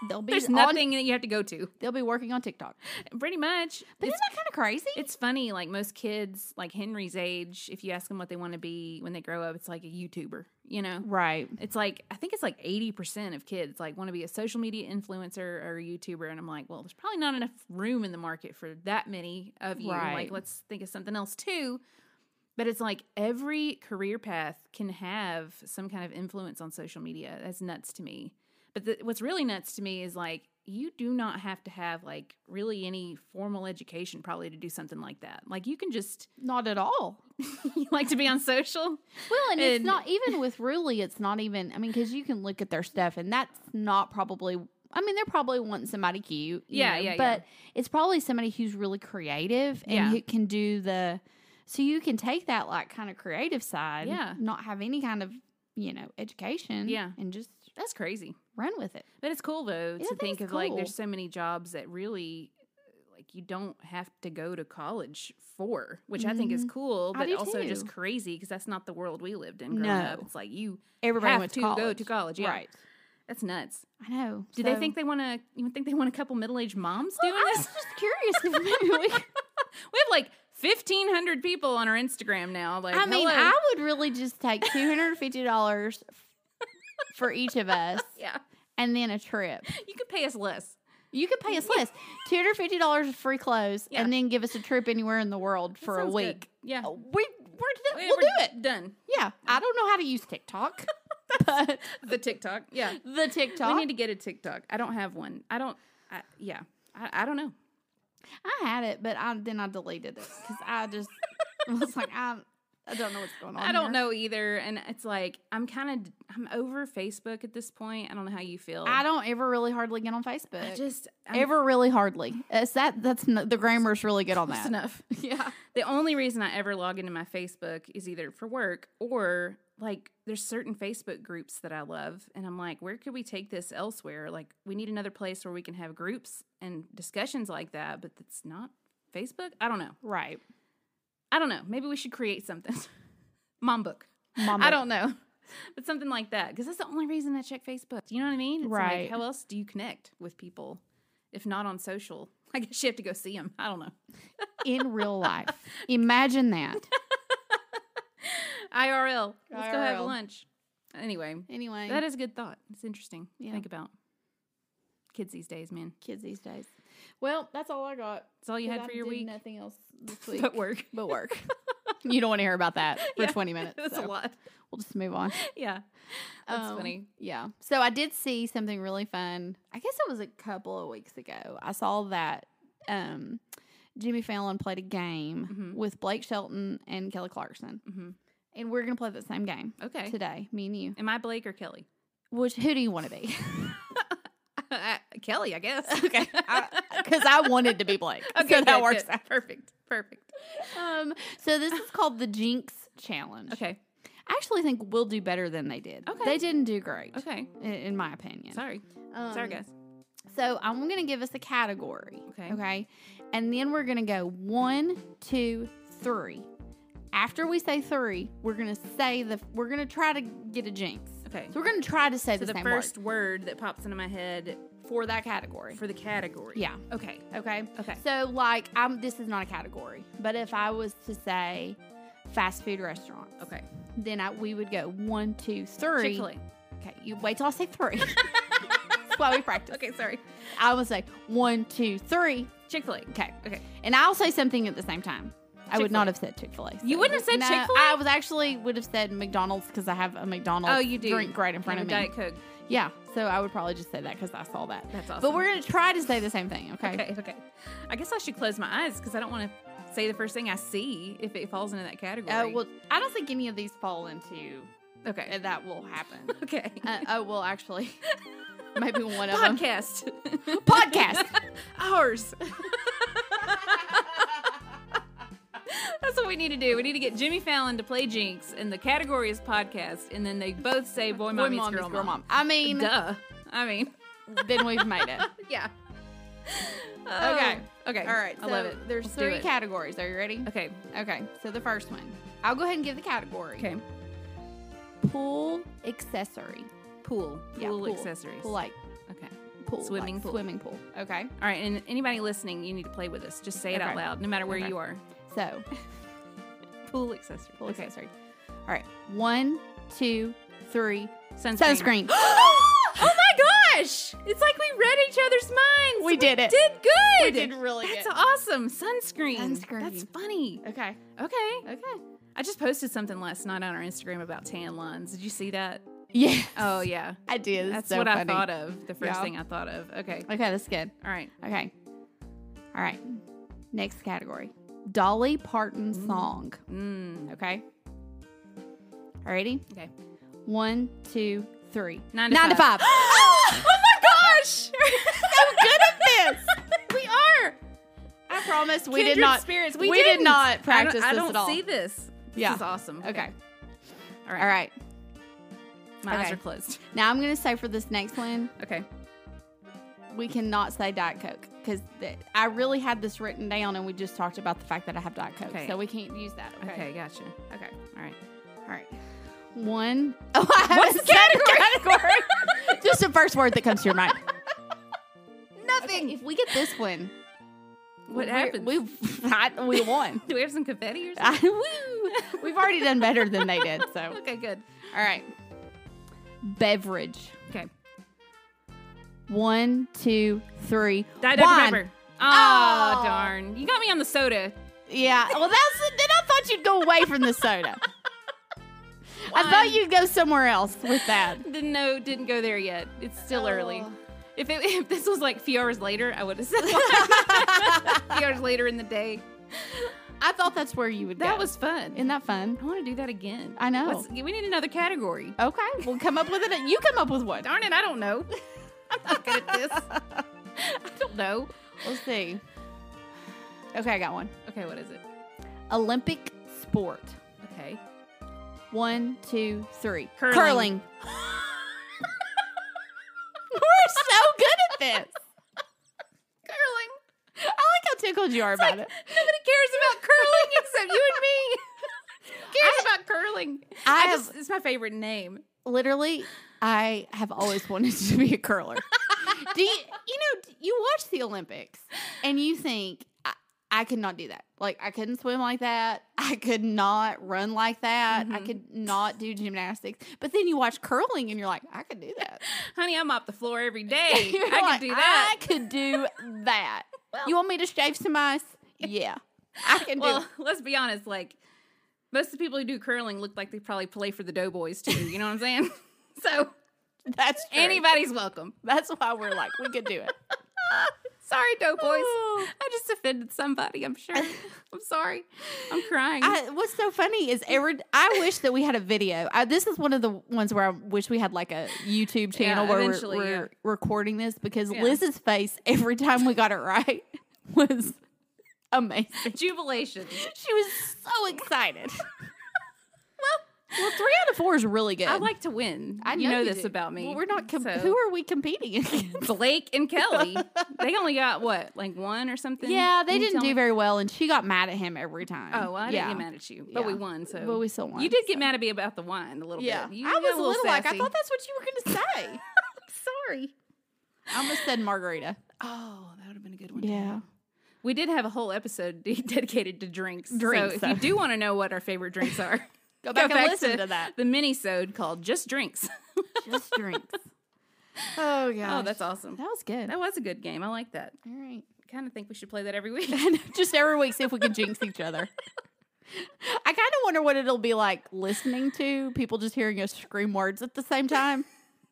A: They'll be
B: There's
A: on-
B: nothing that you have to go to.
A: They'll be working on TikTok.
B: Pretty much.
A: But
B: It's,
A: isn't that kind of crazy?
B: it's funny. Like most kids, like Henry's age, if you ask them what they want to be when they grow up, it's like a YouTuber, you know?
A: right.
B: It's like I think it's like eighty percent of kids like want to be a social media influencer or a YouTuber, and I'm like, well, there's probably not enough room in the market for that many of you.
A: Right.
B: Like, let's think of something else too. But it's like every career path can have some kind of influence on social media. That's nuts to me. But the, what's really nuts to me is like you do not have to have like really any formal education probably to do something like that. Like you can just
A: Not at all.
B: you like to be on social.
A: Well, and, it's
B: And-
A: not even with Ruly, it's not even, I mean, because you can look at their stuff and that's not probably, I mean, they're probably wanting somebody cute. you
B: Yeah,
A: know,
B: yeah, yeah.
A: But it's probably somebody who's really creative and
B: Yeah.
A: who can do the, so you can take that like kind of creative side,
B: Yeah.
A: not have any kind of, you know, education.
B: Yeah.
A: And just
B: That's crazy.
A: run with it.
B: But it's cool though
A: Yeah, I
B: to
A: think
B: think
A: it's
B: of like
A: cool.
B: there's so many jobs that really like you don't have to go to college for, which I think is cool,
A: Mm-hmm. I
B: but
A: do
B: also just
A: too.
B: crazy because that's not the world we lived in growing up.
A: No.
B: It's like you
A: Everybody
B: have
A: went
B: to
A: to college.
B: go to college. Yeah.
A: Right.
B: That's nuts.
A: I know.
B: Do they
A: So-
B: think they want to? You think they want a couple middle aged moms
A: Well,
B: doing
A: I was
B: this?
A: just curious if maybe we
B: We have like fifteen hundred people on our Instagram now. Like,
A: I mean,
B: hello.
A: I would really just take two hundred and fifty dollars for each of us,
B: yeah,
A: and then a trip.
B: you could pay us less.
A: You could pay us less two hundred fifty dollars of free clothes,
B: Yeah.
A: and then give us a trip anywhere in the world
B: That
A: for a
B: sounds good.
A: week. Uh,
B: Yeah,
A: We we're,
B: Yeah,
A: we'll
B: we're
A: do it.
B: Done
A: Yeah, I don't know how to use TikTok, but
B: the TikTok. Yeah,
A: the
B: We
A: TikTok.
B: need to get a TikTok. I don't have one. I don't. I, yeah, I, I don't know.
A: I had it, but I then I deleted it because I just was like, I I don't know what's going on.
B: I don't
A: here.
B: know either. And it's like I'm kind of I'm over Facebook at this point. I don't know how you feel.
A: I don't ever really hardly get on Facebook.
B: I just I'm-
A: ever really hardly. It's that that's n- the grammar's really good on
B: That's
A: that.
B: enough.
A: Yeah.
B: The only reason I ever log into my Facebook is either for work or like there's certain Facebook groups that I love and I'm like, where could we take this elsewhere? Like we need another place where we can have groups and discussions like that, but that's not Facebook. I don't know.
A: Right.
B: I don't know. Maybe we should create something. Mom book.
A: Mom
B: I don't know. But something like that. Because that's the only reason I check Facebook. You know what I mean? It's like,
A: Right.
B: how else do you connect with people if not on social? I guess you have to go see them. I don't know.
A: in real life. Imagine that.
B: IRL. Let's go have
A: IRL.
B: lunch. Anyway,
A: Anyway,
B: that is a good thought. It's interesting to
A: Yeah.
B: think about. Kids these days, man.
A: kids these days. Well, that's all I got.
B: It's all you
A: 'cause
B: had for
A: I
B: your
A: did
B: week.
A: Nothing else this week
B: But work.
A: but work. you don't want to hear about that for
B: Yeah,
A: 20 minutes.
B: That's
A: so
B: a lot.
A: We'll just move on.
B: Yeah. That's
A: Um,
B: funny.
A: Yeah. So I did see something really fun. I guess it was a couple of weeks ago. I saw that um, Jimmy Fallon played a game
B: Mhm.
A: with Blake Shelton and Kelly Clarkson.
B: hmm
A: And we're going to play that same game
B: Okay.
A: today, me and you.
B: Am I Blake or Kelly?
A: Which, who do you want to be? Uh,
B: Kelly, I guess.
A: Okay. Because I, wanted to be Blake.
B: Okay,
A: so that
B: good,
A: works
B: good. Perfect. Perfect.
A: out. Um, so this is called the Jinx Challenge.
B: Okay.
A: I actually think we'll do better than they did.
B: Okay.
A: They didn't do great,
B: Okay.
A: i- in my opinion.
B: Sorry.
A: Um,
B: Sorry, guys.
A: So I'm going to give us a category.
B: Okay.
A: Okay. And then we're going to go one, two, three. After we say three, we're going to say the, we're going to try to get a jinx.
B: Okay.
A: So we're going to try to say the,
B: So the
A: same
B: first
A: word
B: word that pops into my head
A: for that category.
B: for the category.
A: Yeah.
B: Okay.
A: Okay.
B: Okay.
A: So like, I'm, this is not a category, but if I was to say fast food restaurants,
B: Okay.
A: then I, we would go one, two, three.
B: Chick-fil-A.
A: Okay. You wait till I say three. That's why we practice.
B: Okay, sorry.
A: I would say one, two, three.
B: Chick-fil-A.
A: Okay.
B: Okay.
A: And I'll say something at the same time. I would
B: Chick-fil-A.
A: not have said Chick Fil A.
B: You wouldn't have said Chick-fil-A?
A: I was actually would have said McDonald's because I have a McDonald's
B: Oh, you do.
A: drink right in front of
B: And
A: me.
B: a Diet Coke.
A: Yeah, so I would probably just say that because I saw that.
B: That's awesome.
A: But we're gonna try to say the same thing, okay?
B: okay. Okay. I guess I should close my eyes because I don't want to say the first thing I see if it falls into that category.
A: Uh, well, I don't think any of these fall into
B: Okay.
A: uh, that will happen.
B: Okay.
A: uh, oh, well, actually, maybe one of them.
B: Podcast.
A: Podcast.
B: Ours. That's what we need to do. We need to get Jimmy Fallon to play Jinx, and the category is podcast, and then they both say boy, mommy's,
A: Mommy's
B: girl, mom.
A: I mean,
B: Duh. I mean,
A: then we've made it.
B: yeah.
A: Okay.
B: Oh, Okay.
A: All right,
B: I
A: so
B: love it.
A: There's
B: Let's do
A: three
B: it.
A: categories. Are you ready?
B: Okay.
A: Okay, so the first one. I'll go ahead and give the category.
B: Okay.
A: Pool accessory.
B: Pool. Pool,
A: Yeah,
B: accessories.
A: Pool, like
B: Okay.
A: pool. like
B: Swimming pool.
A: Swimming pool. Okay.
B: All right. And anybody listening, you need to play with us. Just say it out
A: Okay.
B: loud, no matter where
A: Okay.
B: you are.
A: So
B: Pool accessory.
A: pool
B: okay.
A: accessory. All right. One, two, three.
B: Sunscreen.
A: Sunscreen.
B: oh my gosh! It's like we read each other's minds.
A: We did it.
B: Did good.
A: We did really
B: That's
A: good.
B: awesome. Sunscreen.
A: Sunscreen.
B: That's funny.
A: okay.
B: Okay.
A: Okay.
B: I just posted something last night on our Instagram about tan lines. Did you see that?
A: Yeah.
B: Oh yeah.
A: I did.
B: That's what I thought of. The first
A: Yeah.
B: thing I thought of. Okay.
A: Okay, that's good.
B: All right.
A: Okay. All right. Next category. Dolly Parton
B: Mm-hmm.
A: song.
B: Mm.
A: Okay. All righty.
B: Okay.
A: One, two, three.
B: Nine to
A: five.
B: five.
A: oh my gosh! I'm good at this.
B: We are.
A: I promise we
B: Kindred
A: did not.
B: Spirits.
A: we did
B: didn't.
A: not practice
B: I
A: this
B: don't,
A: at all.
B: I don't see this. This
A: Yeah.
B: is awesome.
A: Okay.
B: All right.
A: All right.
B: My eyes
A: Okay.
B: are closed.
A: Now I'm gonna say for this next one,
B: Okay.
A: we cannot say Diet Coke because I really had this written down, and we just talked about the fact that I have Diet Coke,
B: Okay.
A: so we can't use that.
B: Okay.
A: Okay.
B: Gotcha.
A: Okay.
B: All right.
A: All right. One. Oh, I haven't
B: What's the
A: said a category. just the first word that comes to your mind.
B: Nothing.
A: If we get this one,
B: what
A: we're-
B: happened?
A: We I, we won.
B: Do we have some confetti or something?
A: I- woo. We've already done better than they did. So, all
B: okay. Good.
A: right. Beverage.
B: Okay.
A: One, two, three.
B: Diet
A: Wine.
B: Dr. Pepper. Oh,
A: Oh.
B: darn. You got me on the soda.
A: Yeah. Well, that's then I thought you'd go away from the soda. I
B: Wine.
A: thought you'd go somewhere else with that.
B: The no didn't go there yet. It's still early.
A: Oh.
B: If, it, if this was like a few hours later, I would have said a few hours later in the day.
A: I thought that's where you would
B: That
A: go.
B: was fun.
A: Isn't that fun?
B: I want to do that again.
A: I know.
B: Let's- we need another category.
A: Okay, well, come up with it. You come up with one.
B: Darn it, I don't know. I'm not good at this. I don't know.
A: We'll see. Okay, I got one.
B: Okay, what is it?
A: Olympic sport.
B: Okay.
A: One, two, three.
B: Curling.
A: We're so good at this. I
B: Curling.
A: like how tickled you are about it.
B: Nobody cares about curling except you and me. Who cares about curling.
A: I
B: I, just it's my favorite name.
A: Literally, I have always wanted to be a curler. do you, you know, d- you watch the Olympics and you think, I, I could not do that. Like, I couldn't swim like that. I could not run like that. I
B: Mhm.
A: could not do gymnastics. But then you watch curling and you're like, I could do that.
B: Honey, I mop the floor every day.
A: You're
B: I can
A: like,
B: do that.
A: I could do that.
B: Well-
A: you want me to shave some ice? Yeah. I can do
B: well, let's be honest, like most of the people who do curling look like they probably play for the Doughboys too, you know what I'm saying? so
A: it. That's true.
B: anybody's welcome.
A: That's why we're like, we could do it.
B: Sorry, Doughboys. Oh, I just offended somebody, I'm sure. I'm sorry. I'm crying.
A: I, what's so funny is every I wish that we had a video. I, this is one of the ones where I wish we had like a YouTube channel where we're,
B: eventually,
A: we're
B: yeah.
A: recording this because
B: Yeah.
A: Liz's face every time we got it right was amazing.
B: Jubilation.
A: She was so excited. well, well, three out of four is really good.
B: I like to win.
A: I
B: you know
A: you
B: this
A: do.
B: about me.
A: Well, we're not. Com-
B: So-
A: Who are we competing against?
B: Blake and Kelly. they only got what, like one or something?
A: yeah, they
B: Can you
A: didn't
B: tell
A: do
B: me?
A: very well, and she got mad at him every time.
B: Oh, well, I
A: yeah.
B: didn't get mad at you, but we
A: Yeah.
B: won. So
A: But we still won.
B: you did get mad at me about the wine a little
A: Yeah,
B: bit. You
A: I
B: got
A: was a little, like I
B: sassy.
A: thought that's what you were going to say.
B: Sorry.
A: I almost said margarita.
B: Oh, that would have been a good one.
A: Yeah.
B: We did have a whole episode de- dedicated to drinks.
A: Drinks,
B: So if
A: so-
B: you do want to know what our favorite drinks are,
A: Go back and listen to that.
B: The mini-sode called Just Drinks.
A: Just drinks. oh yeah.
B: Oh, that's awesome.
A: That was good.
B: That was a good game. I like that.
A: All right.
B: kind of think we should play that every week.
A: Just every week, see if we can jinx each other. I kind of wonder what it'll be like listening to people just hearing us scream words at the same time.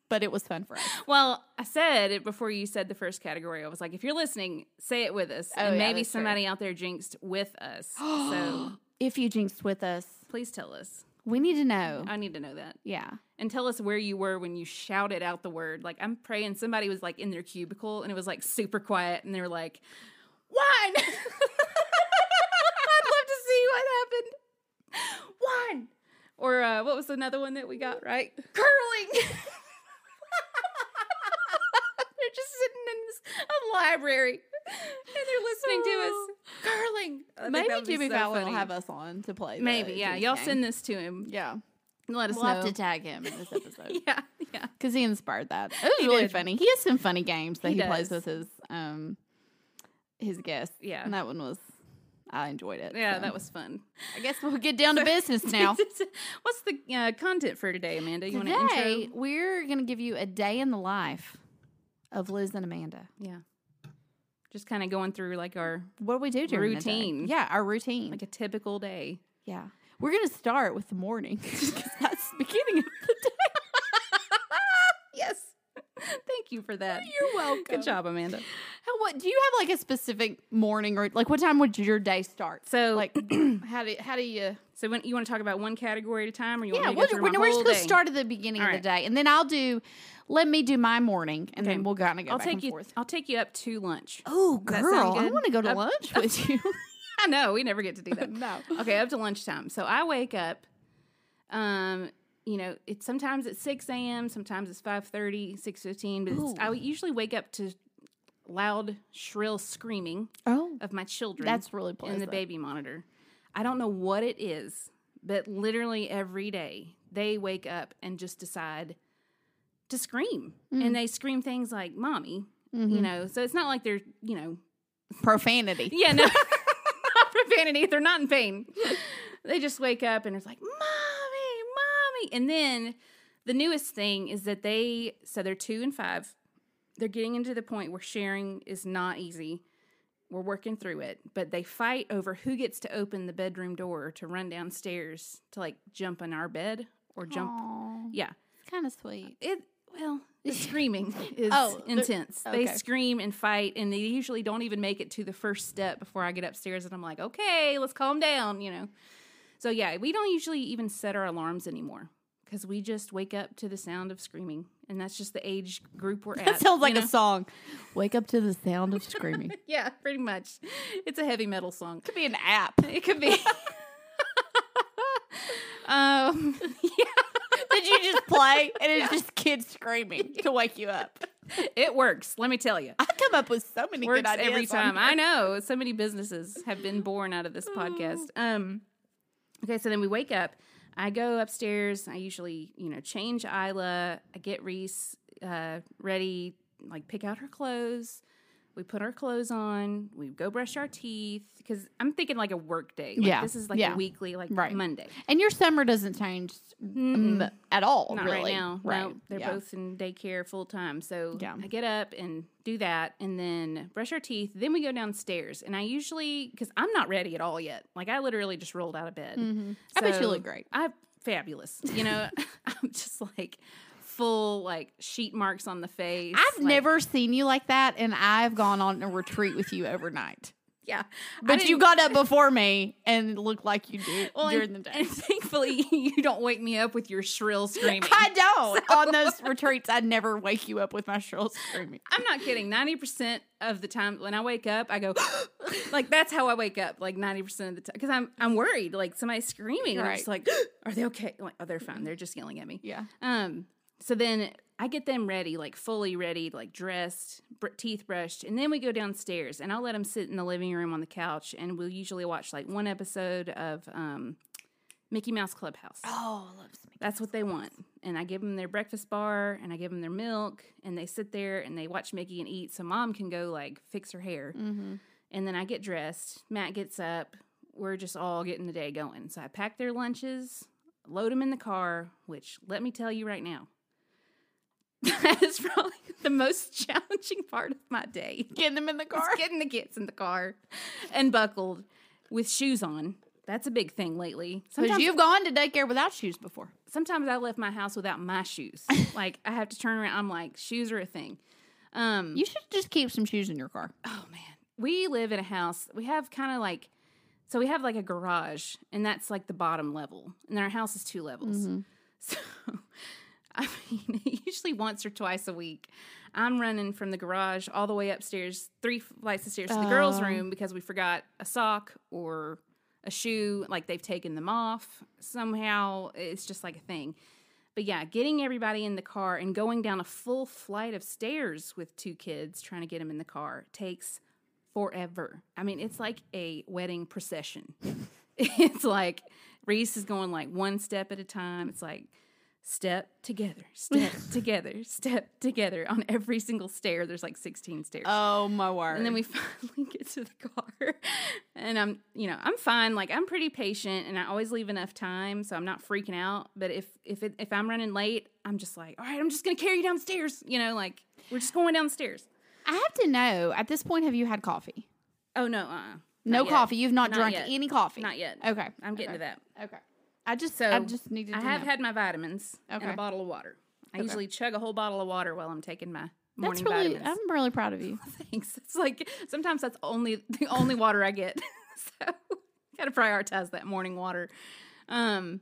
A: But it was fun for us.
B: Well, I said it before you said the first category. I was like, if you're listening, say it with us.
A: Oh,
B: and
A: yeah,
B: maybe
A: that's true.
B: somebody out there jinxed with us. so
A: if you jinxed with us,
B: please tell us.
A: we need to know.
B: I need to know that.
A: Yeah.
B: And tell us where you were when you shouted out the word. Like, I'm praying somebody was like in their cubicle and it was like super quiet and they were like, one. I'd love to see what happened. One. Or uh, what was another one that we got, right? Curling. they're just sitting in this a library and they're listening to us curling. Oh. I think that
A: Maybe
B: would be
A: Jimmy
B: so
A: Fallon will
B: funny.
A: have us on to play. the
B: Maybe, yeah.
A: jinx
B: Y'all
A: game.
B: send this to him.
A: Yeah.
B: and Let us
A: We'll
B: know.
A: have to tag him in this episode.
B: yeah, yeah.
A: because he inspired that. It was
B: He
A: really
B: did.
A: funny. He has some funny games that
B: He
A: he, plays with
B: does.
A: his um his guests.
B: Yeah.
A: and that one was I enjoyed it.
B: Yeah,
A: so.
B: that was fun.
A: I guess we'll get down to business now.
B: What's the uh, content for today, Amanda? You want to
A: Today
B: intro?
A: we're gonna give you a day in the life of Liz and Amanda.
B: Yeah. Just kind of going through like our
A: What do we do during the day?
B: Routine.
A: Yeah, our routine.
B: like a typical day.
A: yeah, we're gonna start with the morning 'cause that's the beginning of the day.
B: Yes. Thank you for that.
A: You're welcome.
B: Good job, Amanda.
A: How, what do you have like a specific morning or like what time would your day start?
B: So
A: Like how do how do you
B: so when you want to talk about one category at a time or you
A: Yeah,
B: want
A: we'll,
B: to go through
A: we're,
B: my
A: we're
B: whole
A: just going to
B: day?
A: start at the beginning
B: All
A: of
B: right.
A: the day, and then I'll do. Let me do my morning, and
B: Okay.
A: then we'll kind of go
B: I'll
A: back
B: take
A: and
B: you
A: forth.
B: I'll take you up to lunch.
A: Oh,
B: That sound
A: girl, I
B: good?
A: want to go to
B: Up-
A: lunch with you.
B: I know, we never get to do that.
A: no,
B: okay, up to lunchtime. So I wake up. Um, you know, it's sometimes it's six a.m., sometimes it's 5.30, 6.15, But it's,
A: Ooh.
B: I usually wake up to loud, shrill screaming
A: oh,
B: of my children
A: that's really
B: in the
A: pleasant.
B: baby monitor. I don't know what it is, but literally every day they wake up and just decide to scream,
A: Mm-hmm.
B: and they scream things like "mommy," you know. So it's not like they're you know
A: Profanity.
B: yeah, no. not profanity. They're not in pain. They just wake up and it's like, mommy, mommy. And then the newest thing is that they, so they're two and five. They're getting into the point where sharing is not easy. We're working through it, but they fight over who gets to open the bedroom door to run downstairs to like jump in our bed or jump.
A: Aw,
B: Yeah.
A: It's kind of sweet.
B: It, well, The screaming is
A: Oh, the-
B: intense. They
A: okay.
B: scream and fight, and they usually don't even make it to the first step before I get upstairs and I'm like, okay, let's calm down, you know. So, yeah, we don't usually even set our alarms anymore because we just wake up to the sound of screaming, and that's just the age group we're at.
A: That sounds like
B: you
A: a
B: know?
A: song. Wake up to the sound of screaming.
B: Yeah, pretty much. It's a heavy metal song.
A: Could be an app.
B: It could be. um,
A: Did you just play and it's just kids screaming to wake you up?
B: it works. Let me tell you.
A: I come up with so many
B: works
A: good ideas
B: every
A: on
B: time.
A: here. Oh.
B: I know. So many businesses have been born out of this podcast. Um okay, so then we wake up. I go upstairs. I usually, you know, change Isla. I get Reese uh, ready, like pick out her clothes. We put our clothes on. We go brush our teeth because I'm thinking like a work day. Like,
A: Yeah,
B: this is like
A: yeah.
B: a weekly, like
A: Right.
B: Monday.
A: And your summer doesn't change
B: Mm-mm.
A: mm, at all,
B: Not
A: really.
B: right now. No,
A: Right.
B: they're
A: Yeah.
B: both in daycare full time. So
A: Yeah.
B: I get up and do that and then brush our teeth. Then we go downstairs. And I usually, because I'm not ready at all yet. Like I literally just rolled out of bed.
A: Mhm. I bet you
B: So
A: look great.
B: I'm fabulous. You know, I'm just like full like sheet marks on the face.
A: I've
B: like-
A: never seen you like that, and I've gone on a retreat with you overnight.
B: Yeah. I
A: But you
B: didn't-
A: got up before me and looked like you do
B: well, and-
A: during the day.
B: And thankfully, you don't wake me up with your shrill screaming.
A: I don't. On those retreats, I never wake you up with my shrill screaming.
B: I'm not kidding. 90% of the time when I wake up, I go like that's how I wake up like 90% of the time cuz I'm I'm worried like somebody's screaming and I'm just like are they okay? I'm like oh they're fine. They're just yelling at me.
A: Yeah.
B: Um so then I get them ready, like fully ready, like dressed, br- teeth brushed, and then we go downstairs and I'll let them sit in the living room on the couch and we'll usually watch like one episode of um Mickey Mouse Clubhouse.
A: Oh, I love
B: That's what they want. And I give them their breakfast bar and I give them their milk and they sit there and they watch Mickey and eat so mom can go like fix her hair.
A: Mm-hmm.
B: And then I get dressed. Matt gets up. We're just all getting the day going. So I pack their lunches, load them in the car, which let me tell you right now, that is probably the most challenging part of my day.
A: Getting them in the car.
B: It's getting the kids in the car and buckled with shoes on. That's a big thing lately.
A: Because you've gone to daycare without shoes before.
B: sometimes I left my house without my shoes. like I have to turn around. I'm like, shoes are a thing. Um,
A: You should just keep some shoes in your car.
B: oh man, we live in a house. We have kind of like, so we have like a garage, and that's like the bottom level, and our house is two levels. So, I mean, usually once or twice a week, I'm running from the garage all the way upstairs, three flights of stairs to the girls'
A: Oh.
B: room because we forgot a sock or a shoe. Like they've taken them off somehow. It's just like a thing. But yeah, getting everybody in the car and going down a full flight of stairs with two kids trying to get them in the car takes forever. I mean, it's like a wedding procession. it's like Reese is going like one step at a time. It's like step together, step together, step together on every single stair. There's like 16 stairs.
A: Oh my word!
B: And then we finally get to the car. And I'm, you know, I'm fine. Like I'm pretty patient and I always leave enough time, so I'm not freaking out, but if if it, if I'm running late, I'm just like, "All right, I'm just going to carry you downstairs." You know, like we're just going downstairs.
A: I have to know. At this point, have you had coffee?
B: Oh no, uh.
A: No
B: yet.
A: coffee. You've not,
B: Not
A: drunk
B: yet.
A: any coffee.
B: Not yet.
A: Okay.
B: I'm getting
A: okay.
B: to that.
A: that. Okay. I just
B: So,
A: I just needed.
B: I
A: to
B: have
A: know.
B: had my vitamins and
A: Okay.
B: a bottle of water. I
A: Okay.
B: usually chug a whole bottle of water while I'm taking my
A: That's
B: morning
A: really.
B: vitamins.
A: I'm really proud of you.
B: Thanks. It's like sometimes that's only the only water I get. so gotta prioritize that morning water. Um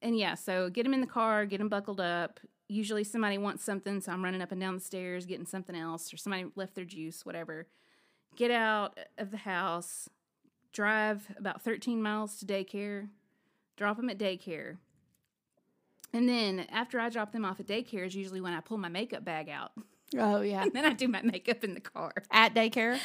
B: and yeah, so get them in the car, get them buckled up. Usually somebody wants something, so I'm running up and down the stairs getting something else, or somebody left their juice, whatever. Get out of the house, drive about 13 miles to daycare, drop them at daycare. And then after I drop them off at daycare is usually when I pull my makeup bag out.
A: Oh yeah.
B: And then I do my makeup in the car.
A: At daycare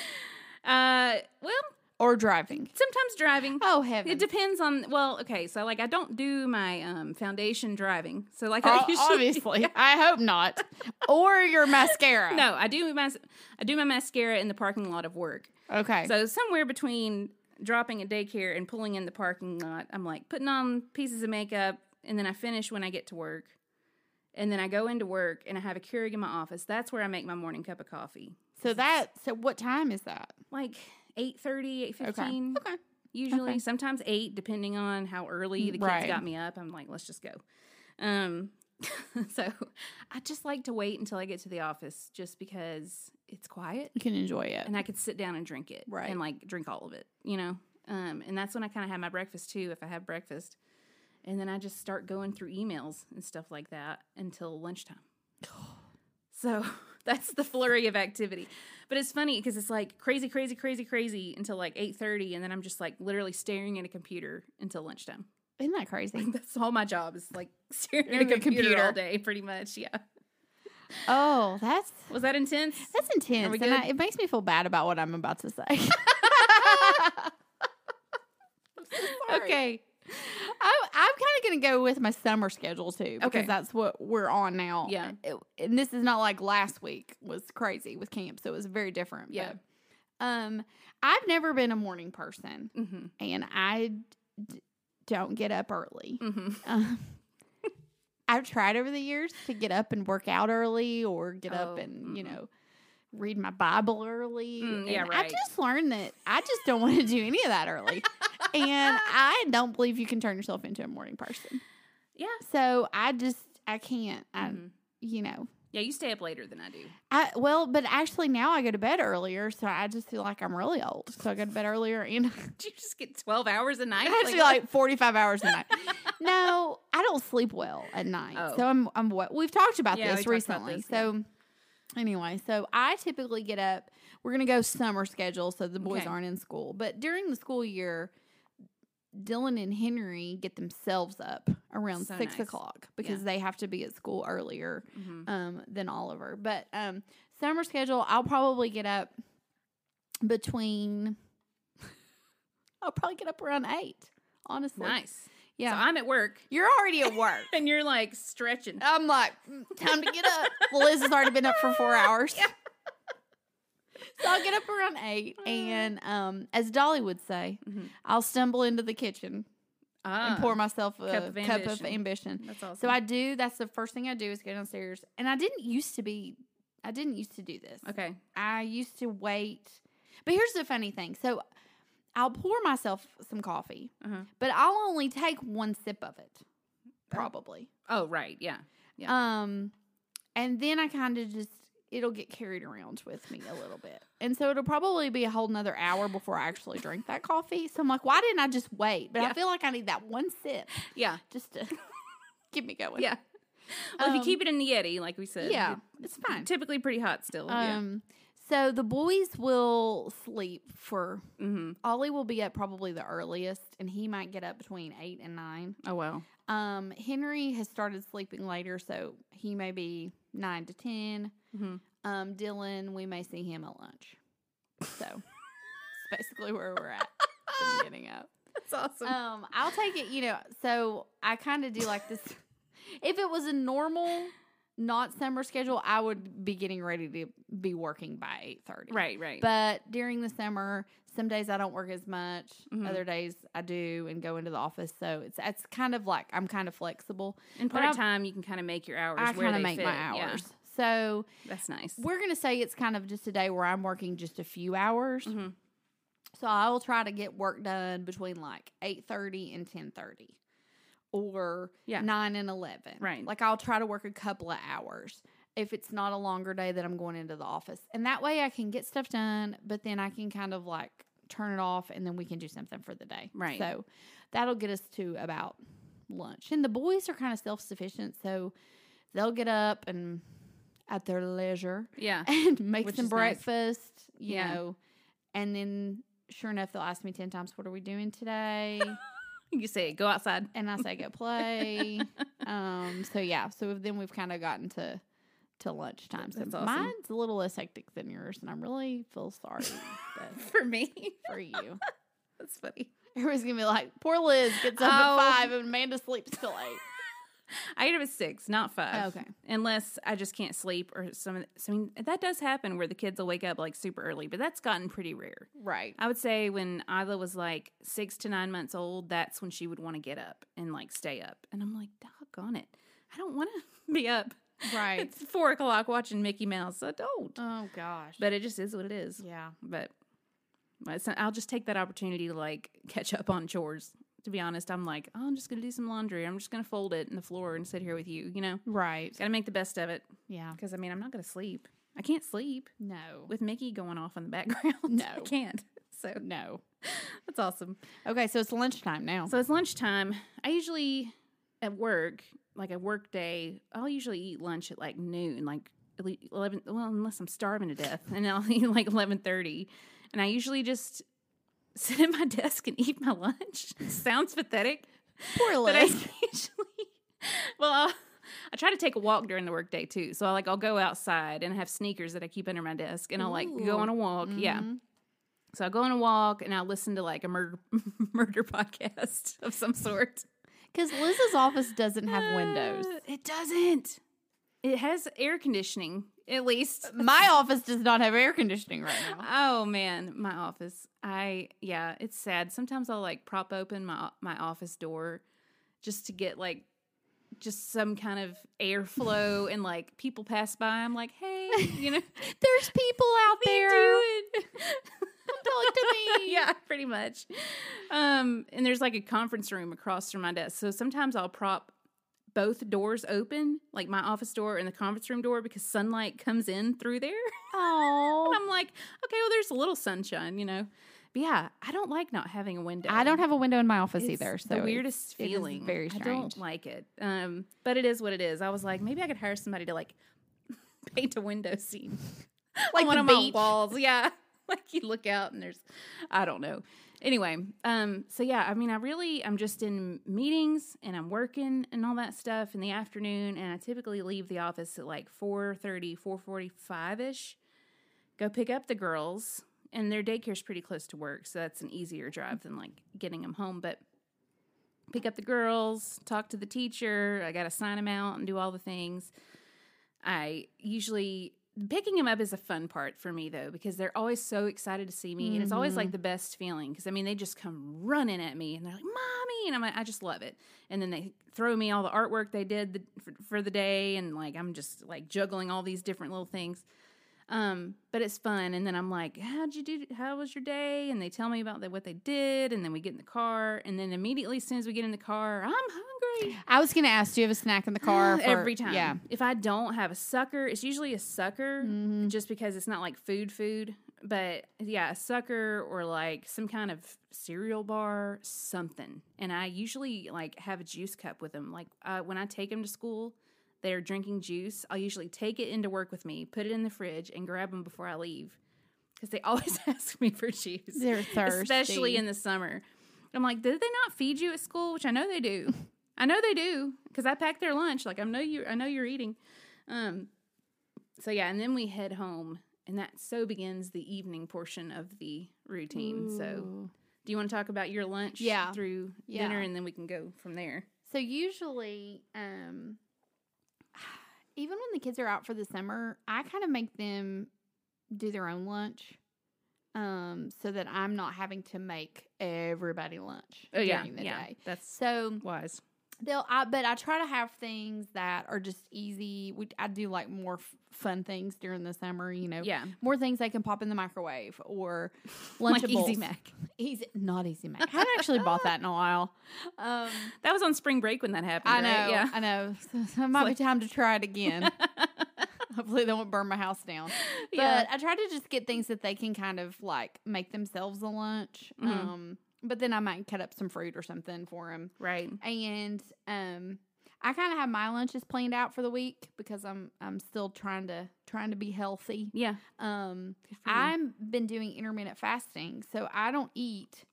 B: Uh, well,
A: or driving.
B: sometimes driving.
A: Oh heaven.
B: It depends on. Well, okay, so like I don't do my um, foundation driving. So like
A: O-
B: I usually
A: obviously, I hope not. Or your mascara.
B: no, I do my I do my mascara in the parking lot of work.
A: Okay.
B: So somewhere between dropping at daycare and pulling in the parking lot, I'm like putting on pieces of makeup, and then I finish when I get to work. And then I go into work and I have a Keurig in my office. That's where I make my morning cup of coffee.
A: so that. So what time is that?
B: Like 8.30, 8.15.
A: Okay. Okay.
B: usually
A: Okay.
B: sometimes eight depending on how early the kids
A: Right.
B: got me up i'm like let's just go um so I just like to wait until I get to the office just because it's quiet
A: You can enjoy it.
B: and I could sit down and drink it.
A: Right.
B: And like drink all of it, you know? Um, and that's when I kind of have my breakfast too, if I have breakfast. And then I just start going through emails and stuff like that until lunchtime. so that's the flurry of activity. But it's funny because it's like crazy, crazy, crazy, crazy until like 8.30. And then I'm just like literally staring at a computer until lunchtime.
A: Isn't that crazy?
B: That's all my job is like staring at a
A: At the
B: computer,
A: computer.
B: all day, pretty much. Yeah.
A: oh, that's
B: Was that intense?
A: that's intense,
B: we
A: and I,
B: good?
A: it makes me feel bad about what I'm about to say.
B: Okay.
A: okay. I, I'm kind of going to go with my summer schedule too because
B: Okay.
A: that's what we're on now. Uh,
B: Yeah.
A: It- and this is not like last week was crazy with camp, so it was very different.
B: Yeah.
A: but, um, I've never been a morning person,
B: Mm-hmm.
A: and I d- don't get up early.
B: Mm-hmm.
A: Um, I've tried over the years to get up and work out early, or get up
B: Oh,
A: and you
B: mm-mm.
A: know read my Bible early.
B: Mm, yeah,
A: and I
B: right.
A: just learned that I just don't want to do any of that early, and I don't believe you can turn yourself into a morning person.
B: Yeah.
A: So I just I can't. I
B: Mhm.
A: you know
B: Yeah, you stay up later than I do.
A: I well, but actually now I go to bed earlier, so I just feel like I'm really old. So I go to bed earlier and
B: Do you just get 12 hours a night?
A: I feel like 45 hours a night. no, I don't sleep well at night.
B: Oh.
A: So I'm I'm what we've talked about
B: Yeah,
A: this
B: we talked about
A: recently.
B: this,
A: so anyway, so I typically get up. We're gonna go summer schedule, so the boys
B: Okay.
A: aren't in school. But during the school year, Dylan and Henry get themselves up around
B: So
A: six
B: nice.
A: o'clock because they have to be at school earlier
B: hmm
A: um, than Oliver. But um, summer schedule, I'll probably get up between. I'll probably get up around eight. Honestly,
B: Nice.
A: yeah.
B: So I'm at work
A: You're already at work.
B: and you're like stretching.
A: I'm like, "Mm, time to get up. Well, Liz has already been up for four hours. So I'll get up around eight, and um, as Dolly would say,
B: Mhm.
A: I'll stumble into the kitchen
B: Ah,
A: and pour myself a
B: cup of
A: cup of
B: ambition.
A: ambition.
B: That's awesome.
A: So I do. That's the first thing I do is go downstairs. And I didn't used to be. I didn't used to do this.
B: Okay.
A: I used to wait. But here's the funny thing. So I'll pour myself some coffee,
B: Uh-huh.
A: but I'll only take one sip of it, probably.
B: Oh, right. Yeah. Uh, yeah.
A: Um, and then I kind of just it'll get carried around with me a little bit, and so it'll probably be a whole another hour before I actually drink that coffee. So I'm like, why didn't I just wait? But I
B: Yeah.
A: feel like I need that one sip
B: Yeah.
A: just to get me going.
B: Yeah. Well, if you
A: Um,
B: keep it in the Yeti, like we said,
A: yeah,
B: it-
A: it's fine.
B: typically pretty hot still.
A: Um, so the boys will sleep for
B: yeah. Mm-hmm.
A: Ollie will be up probably the earliest, and he might get up between eight and nine.
B: Oh, wow.
A: Um, Henry has started sleeping later, so he may be nine to ten.
B: Mm-hmm.
A: Um, Dylan, we may see him at lunch. So it's basically where we're at. in Getting up.
B: That's awesome.
A: Um, I'll take it. You know, so I kind of do like this. If it was a normal, not summer schedule, I would be getting ready to be working by eight thirty.
B: right, right.
A: But during the summer, some days I don't work as much.
B: Mhm.
A: Other days I do and go into the office. So it's it's kind of like I'm kind of flexible.
B: and
A: but
B: part
A: I've-
B: time, you can kind of make your hours
A: I
B: where
A: kind
B: they
A: of make
B: fit.
A: my
B: Yeah.
A: hours. So
B: That's nice.
A: we're gonna say it's kind of just a day where I'm working just a few hours.
B: Mhm.
A: So I will try to get work done between like eight thirty and ten thirty, or
B: Yeah.
A: nine and eleven.
B: Right.
A: Like I'll try to work a couple of hours if it's not a longer day that I'm going into the office, and that way I can get stuff done. But then I can kind of like turn it off, and then we can do something for the day.
B: Right.
A: So that'll get us to about lunch, and the boys are kind of self sufficient, so they'll get up and at their leisure
B: Yeah.
A: and make
B: Which
A: some
B: is nice.
A: breakfast, you
B: Yeah.
A: know. And then sure enough, they'll ask me 10 times, What are we doing today?
B: You say go outside.
A: and I say, Go play. um, so, yeah. So then we've kind of gotten to. To lunchtime, so
B: That's awesome.
A: mine's a little less hectic than yours, and I really feel sorry but
B: For me.
A: for you.
B: That's funny.
A: Everyone's gonna be like, "Poor Liz gets up
B: Oh.
A: at five, and Amanda sleeps till eight.
B: I get up at six, not five.
A: Oh, Okay. Unless
B: Unless I just can't sleep or some. So I mean, that does happen where the kids will wake up like super early, but that's gotten pretty rare.
A: Right?
B: I would say when Isla was like six to nine months old, that's when she would want to get up and like stay up. And I'm like, doggone it, I don't want to be up.
A: Right?
B: It's four o'clock watching Mickey Mouse. I don't.
A: oh gosh.
B: But it just is what it is.
A: yeah,
B: But. but it's- I'll just take that opportunity to like catch up on chores to be honest. I'm like, oh, I'm just gonna do some laundry. I'm just gonna fold it in the floor and sit here with you. You know,
A: Right.
B: gotta make the best of it
A: Yeah.
B: because I mean, I'm not gonna sleep. I can't sleep
A: No.
B: with Mickey going off in the background. I
A: No.
B: can't. So
A: No.
B: that's awesome.
A: Okay, so it's lunchtime now.
B: So it's lunchtime. I usually at work, like a work day, I'll usually eat lunch at like noon, like ele- eleven. Well, unless I'm starving to death, and I'll eat like eleven thirty. And I usually just sit at my desk and eat my lunch. Sounds pathetic,
A: Poor
B: but I usually well. I'll, I try to take a walk during the workday too. So I like I'll go outside and I have sneakers that I keep under my desk and I'll like go
A: Ooh. mm-hmm.
B: on a walk. Yeah. So I go on a walk and I listen to like a murder murder podcast of some sort.
A: Because Liz's office doesn't have windows.
B: Uh, It doesn't. It has air conditioning, at least.
A: My office does not have air conditioning right now.
B: Oh man, my office. I yeah, it's sad. Sometimes I'll like prop open my my office door just to get like just some kind of airflow and like people pass by. I'm like, hey, you know,
A: There's people out there.
B: doing?
A: Talk to me.
B: yeah, pretty much. Um, and there's like a conference room across from my desk. So sometimes I'll prop both doors open, like my office door and the conference room door, because sunlight comes in through there. and
A: Oh.
B: I'm like, okay, well, there's a little sunshine, you know. But yeah, I don't like not having a window.
A: I don't have a window in my office
B: It's
A: either. So
B: the
A: it's-
B: weirdest
A: it is
B: feeling.
A: very
B: I don't
A: strange.
B: like it. Um, but it is what it is. I was like, maybe I could hire somebody to like paint a window scene,
A: Like
B: on one
A: the
B: of my
A: beach?
B: walls. Yeah, like you look out and there's, I don't know. Anyway, um, so yeah, I mean, I really, I'm just in meetings and I'm working and all that stuff in the afternoon, and I typically leave the office at like 4.30, 4.45 ish. Go pick up the girls, and their daycare's pretty close to work, so that's an easier drive than like getting them home. But pick up the girls, talk to the teacher. I got to sign them out and do all the things. I usually picking them up is a fun part for me though because they're always so excited to see me and it's always like the best feeling because I mean they just come running at me and they're like mommy and I'm like, I just love it and then they throw me all the artwork they did the, for, for the day and like I'm just like juggling all these different little things um, but it's fun. And then I'm like, how'd you do? How was your day? And they tell me about the, what they did. And then we get in the car. And then immediately, as soon as we get in the car, I'm hungry.
A: I was going to ask, do you have a snack in the car? for-
B: every time.
A: Yeah. Mm-hmm.
B: If I don't have a sucker, it's usually a sucker just because it's not like food, food. But yeah, a sucker or like some kind of cereal bar, something. And I usually like have a juice cup with them. Like uh, when I take them to school, they're drinking juice. I'll usually take it into work with me, put it in the fridge, and grab them before I leave because they always ask me for juice.
A: They're thirsty.
B: Especially in the summer. I'm like, did they not feed you at school? Which I know they do. I know they do because I packed their lunch. Like I know you. I know you're eating. Um. So yeah, and then we head home, and that so begins the evening portion of the routine. So
A: Ooh.
B: do you want to talk about your lunch?
A: Yeah.
B: Through
A: Yeah.
B: dinner, and then we can go from there.
A: So usually, um, even when the kids are out for the summer, I kind of make them do their own lunch, um, so that I'm not having to make everybody lunch
B: Oh yeah.
A: during the
B: yeah.
A: day.
B: That's
A: So
B: wise.
A: they'll, I, but I try to have things that are just easy. We, I do like more f- fun things during the summer, you know,
B: Yeah.
A: more things they can pop in the microwave or lunchables.
B: Like Easy Mac.
A: Easy, not easy mac. I haven't actually bought that in a while. Um,
B: That was on spring break when that happened.
A: I know.
B: right? Yeah.
A: I know. So, so it might
B: like-
A: be time to try it again. Hopefully, they won't burn my house down. But
B: Yeah.
A: I try to just get things that they can kind of like make themselves a lunch.
B: Mhm.
A: Um, but then I might cut up some fruit or something for them.
B: Right.
A: And um, I kind of have my lunches planned out for the week because I'm I'm still trying to trying to be healthy.
B: Yeah.
A: Um,
B: Good for you.
A: I've been doing intermittent fasting, so I don't eat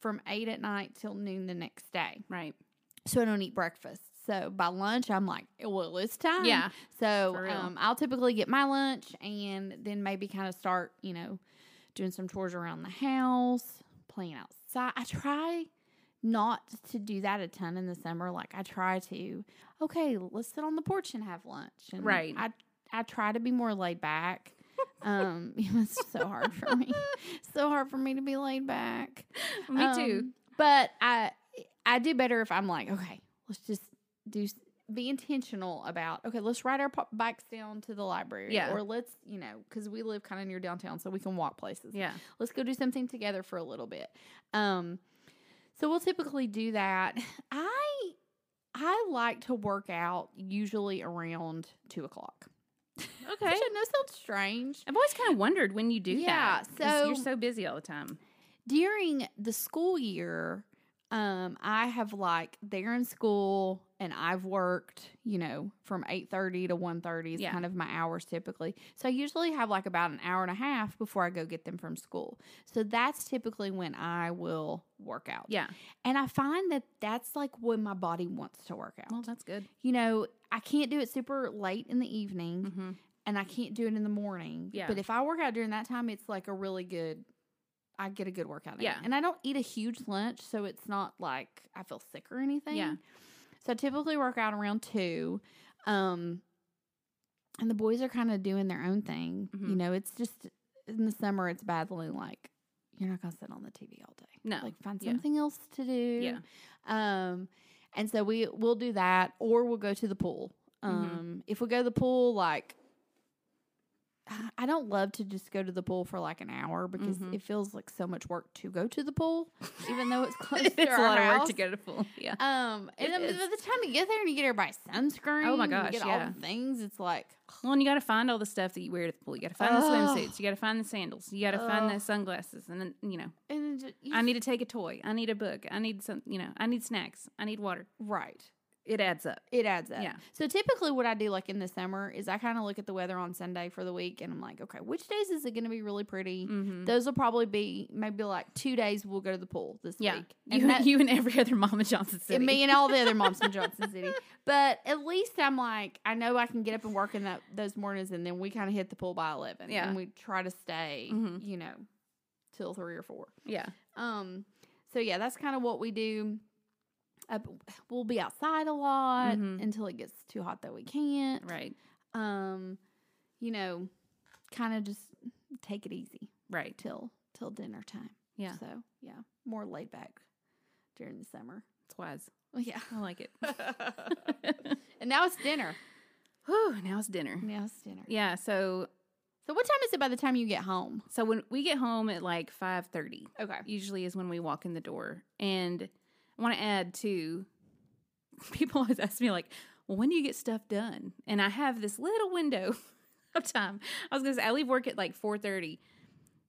A: from eight at night till noon the next day
B: right.
A: so I don't eat breakfast. So by lunch, I'm like, well, it's time.
B: Yeah,
A: So
B: for real.
A: um, I'll typically get my lunch and then maybe kind of start, you know, doing some chores around the house, playing outside. I try not to do that a ton in the summer. Like I try to, okay, let's sit on the porch and have lunch. And
B: Right.
A: I I try to be more laid back. Um, it's so hard for me. So hard for me to be laid back.
B: Me too.
A: Um, But I I do better if I'm like, okay, let's just do s- be intentional about okay, let's ride our po- bikes down to the library,
B: Yeah.
A: or let's you know because we live kind of near downtown, so we can walk places.
B: Yeah.
A: Let's go do something together for a little bit. Um, So we'll typically do that. I I like to work out usually around two o'clock.
B: Okay.
A: Which I know sounds strange.
B: I've always kind of wondered when you do
A: Yeah,
B: that. 'cause you're
A: so-
B: so busy all the time.
A: During the school year, um, I have like they're in school and I've worked, you know, from eight thirty to one thirty is
B: Yeah.
A: kind of my hours typically. So I usually have like about an hour and a half before I go get them from school. So that's typically when I will work out.
B: Yeah.
A: And I find that that's like when my body wants to work out.
B: Well, that's good.
A: you know, I can't do it super late in the evening
B: Mm-hmm.
A: and I can't do it in the morning.
B: Yeah.
A: But if I work out during that time, it's like a really good, I get a good workout. in it.
B: Yeah.
A: And I don't eat a huge lunch, so it's not like I feel sick or anything.
B: Yeah.
A: So I typically work out around two. Um, and the boys are kind of doing their own thing. You
B: Mhm.
A: know, it's just in the summer, it's badly like, you're not going to sit on the TV all day.
B: No.
A: Like, find
B: Yeah.
A: something else to do.
B: Yeah.
A: Um, and so we we'll do that, or we'll go to the pool.
B: Mhm.
A: Um, if we go to the pool, like I- I don't love to just go to the pool for like an hour because
B: Mhm.
A: it feels like so much work to go to the pool, even though it's close
B: it's
A: to
B: a
A: our
B: lot
A: house.
B: of work to go to pool. Yeah.
A: Um, and
B: It
A: then by
B: is.
A: the time you get there and you get everybody's sunscreen,
B: Oh my
A: and you
B: gosh,
A: get
B: yeah.
A: all the things. It's like
B: Well, and you got to find all the stuff that you wear to the pool. You got to find the
A: Ugh.
B: swimsuits. You got to find the sandals. You got to find
A: Ugh.
B: the sunglasses. And then, you know,
A: and it ju- you
B: I
A: just-
B: need to take a toy. I need a book. I need some, you know, I need snacks. I need water.
A: right.
B: It adds up.
A: It adds up.
B: Yeah.
A: So typically, what I do like in the summer is I kind of look at the weather on Sunday for the week, and I'm like, okay, which days is it going to be really pretty?
B: Mm-hmm.
A: Those will probably be maybe like two days. We'll go to the pool this
B: Yeah.
A: week.
B: You,
A: that-
B: you and every other mama Johnson City.
A: and me and all the other moms in Johnson City. But at least I'm like, I know I can get up and work in that those mornings, and then we kind of hit the pool by eleven.
B: Yeah.
A: and we try to stay,
B: Mhm.
A: you know, till three or four.
B: yeah.
A: Um, so yeah, that's kind of what we do. Up, we'll be outside a lot
B: Mhm.
A: until it gets too hot that we can't.
B: Right.
A: Um, you know, kind of just take it easy
B: Right.
A: till till dinner time.
B: Yeah.
A: So yeah, more laid back during the summer.
B: It's wise.
A: Well, yeah.
B: I like it.
A: and now it's dinner.
B: Whew, now it's dinner.
A: Now it's dinner.
B: Yeah. So,
A: So what time is it by the time you get home?
B: so when we get home at like 5.30
A: Okay.
B: usually is when we walk in the door. And I want to add too, people always ask me like, well, when do you get stuff done? And I have this little window of time. I was gonna say I leave work at like four thirty.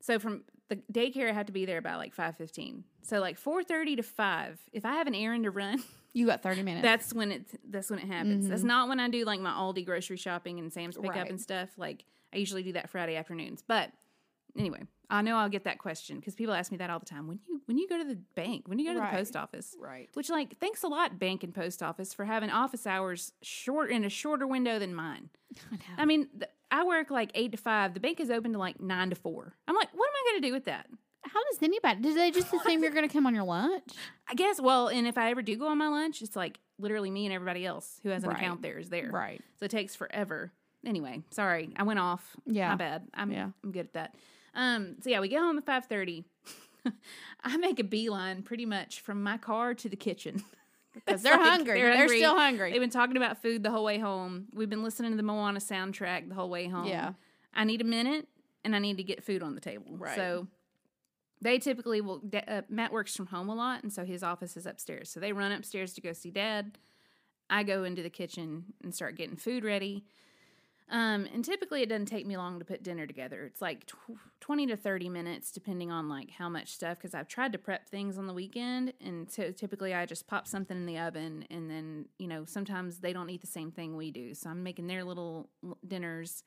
B: So from the daycare I have to be there by like five fifteen. So like four thirty to five. If I have an errand to run,
A: You got thirty minutes.
B: that's when it's that's when it happens. That's not when I do like my Aldi grocery shopping and Sam's pickup
A: Mm-hmm. Right.
B: and stuff. Like I usually do that Friday afternoons. But anyway, I know I'll get that question because people ask me that all the time. When you when you go to the bank, when you go to
A: Right.
B: the post office.
A: right.
B: Which like thanks a lot bank and post office for having office hours short in a shorter window than mine.
A: Um,
B: I mean, th- I work like 8 to 5. The bank is open to like 9 to 4. I'm like, what am I going to do with that?
A: How does anybody? Do they just assume you're going to come on your lunch?
B: I guess well, and if I ever do go on my lunch, it's like literally me and everybody else who has an
A: Right.
B: account there is there.
A: Right.
B: So it takes forever. Anyway, sorry, I went off.
A: Yeah.
B: my bad. I'm
A: Yeah.
B: I'm good at that. Um, so yeah, we get home at five thirty. I make a beeline pretty much from my car to the kitchen.
A: Because
B: It's like, they're
A: They're,
B: hungry.
A: still hungry.
B: They've been talking about food the whole way home. We've been listening to the Moana soundtrack the whole way home.
A: Yeah.
B: I need a minute, and I need to get food on the table.
A: Right.
B: So they typically will. da- Uh, Matt works from home a lot, and so his office is upstairs. So they run upstairs to go see Dad. I go into the kitchen and start getting food ready. Um, and typically it doesn't take me long to put dinner together. It's like tw- 20 to 30 minutes depending on like how much stuff cuz I've tried to prep things on the weekend and so typically I just pop something in the oven and then, you know, sometimes they don't eat the same thing we do. So I'm making their little l- dinners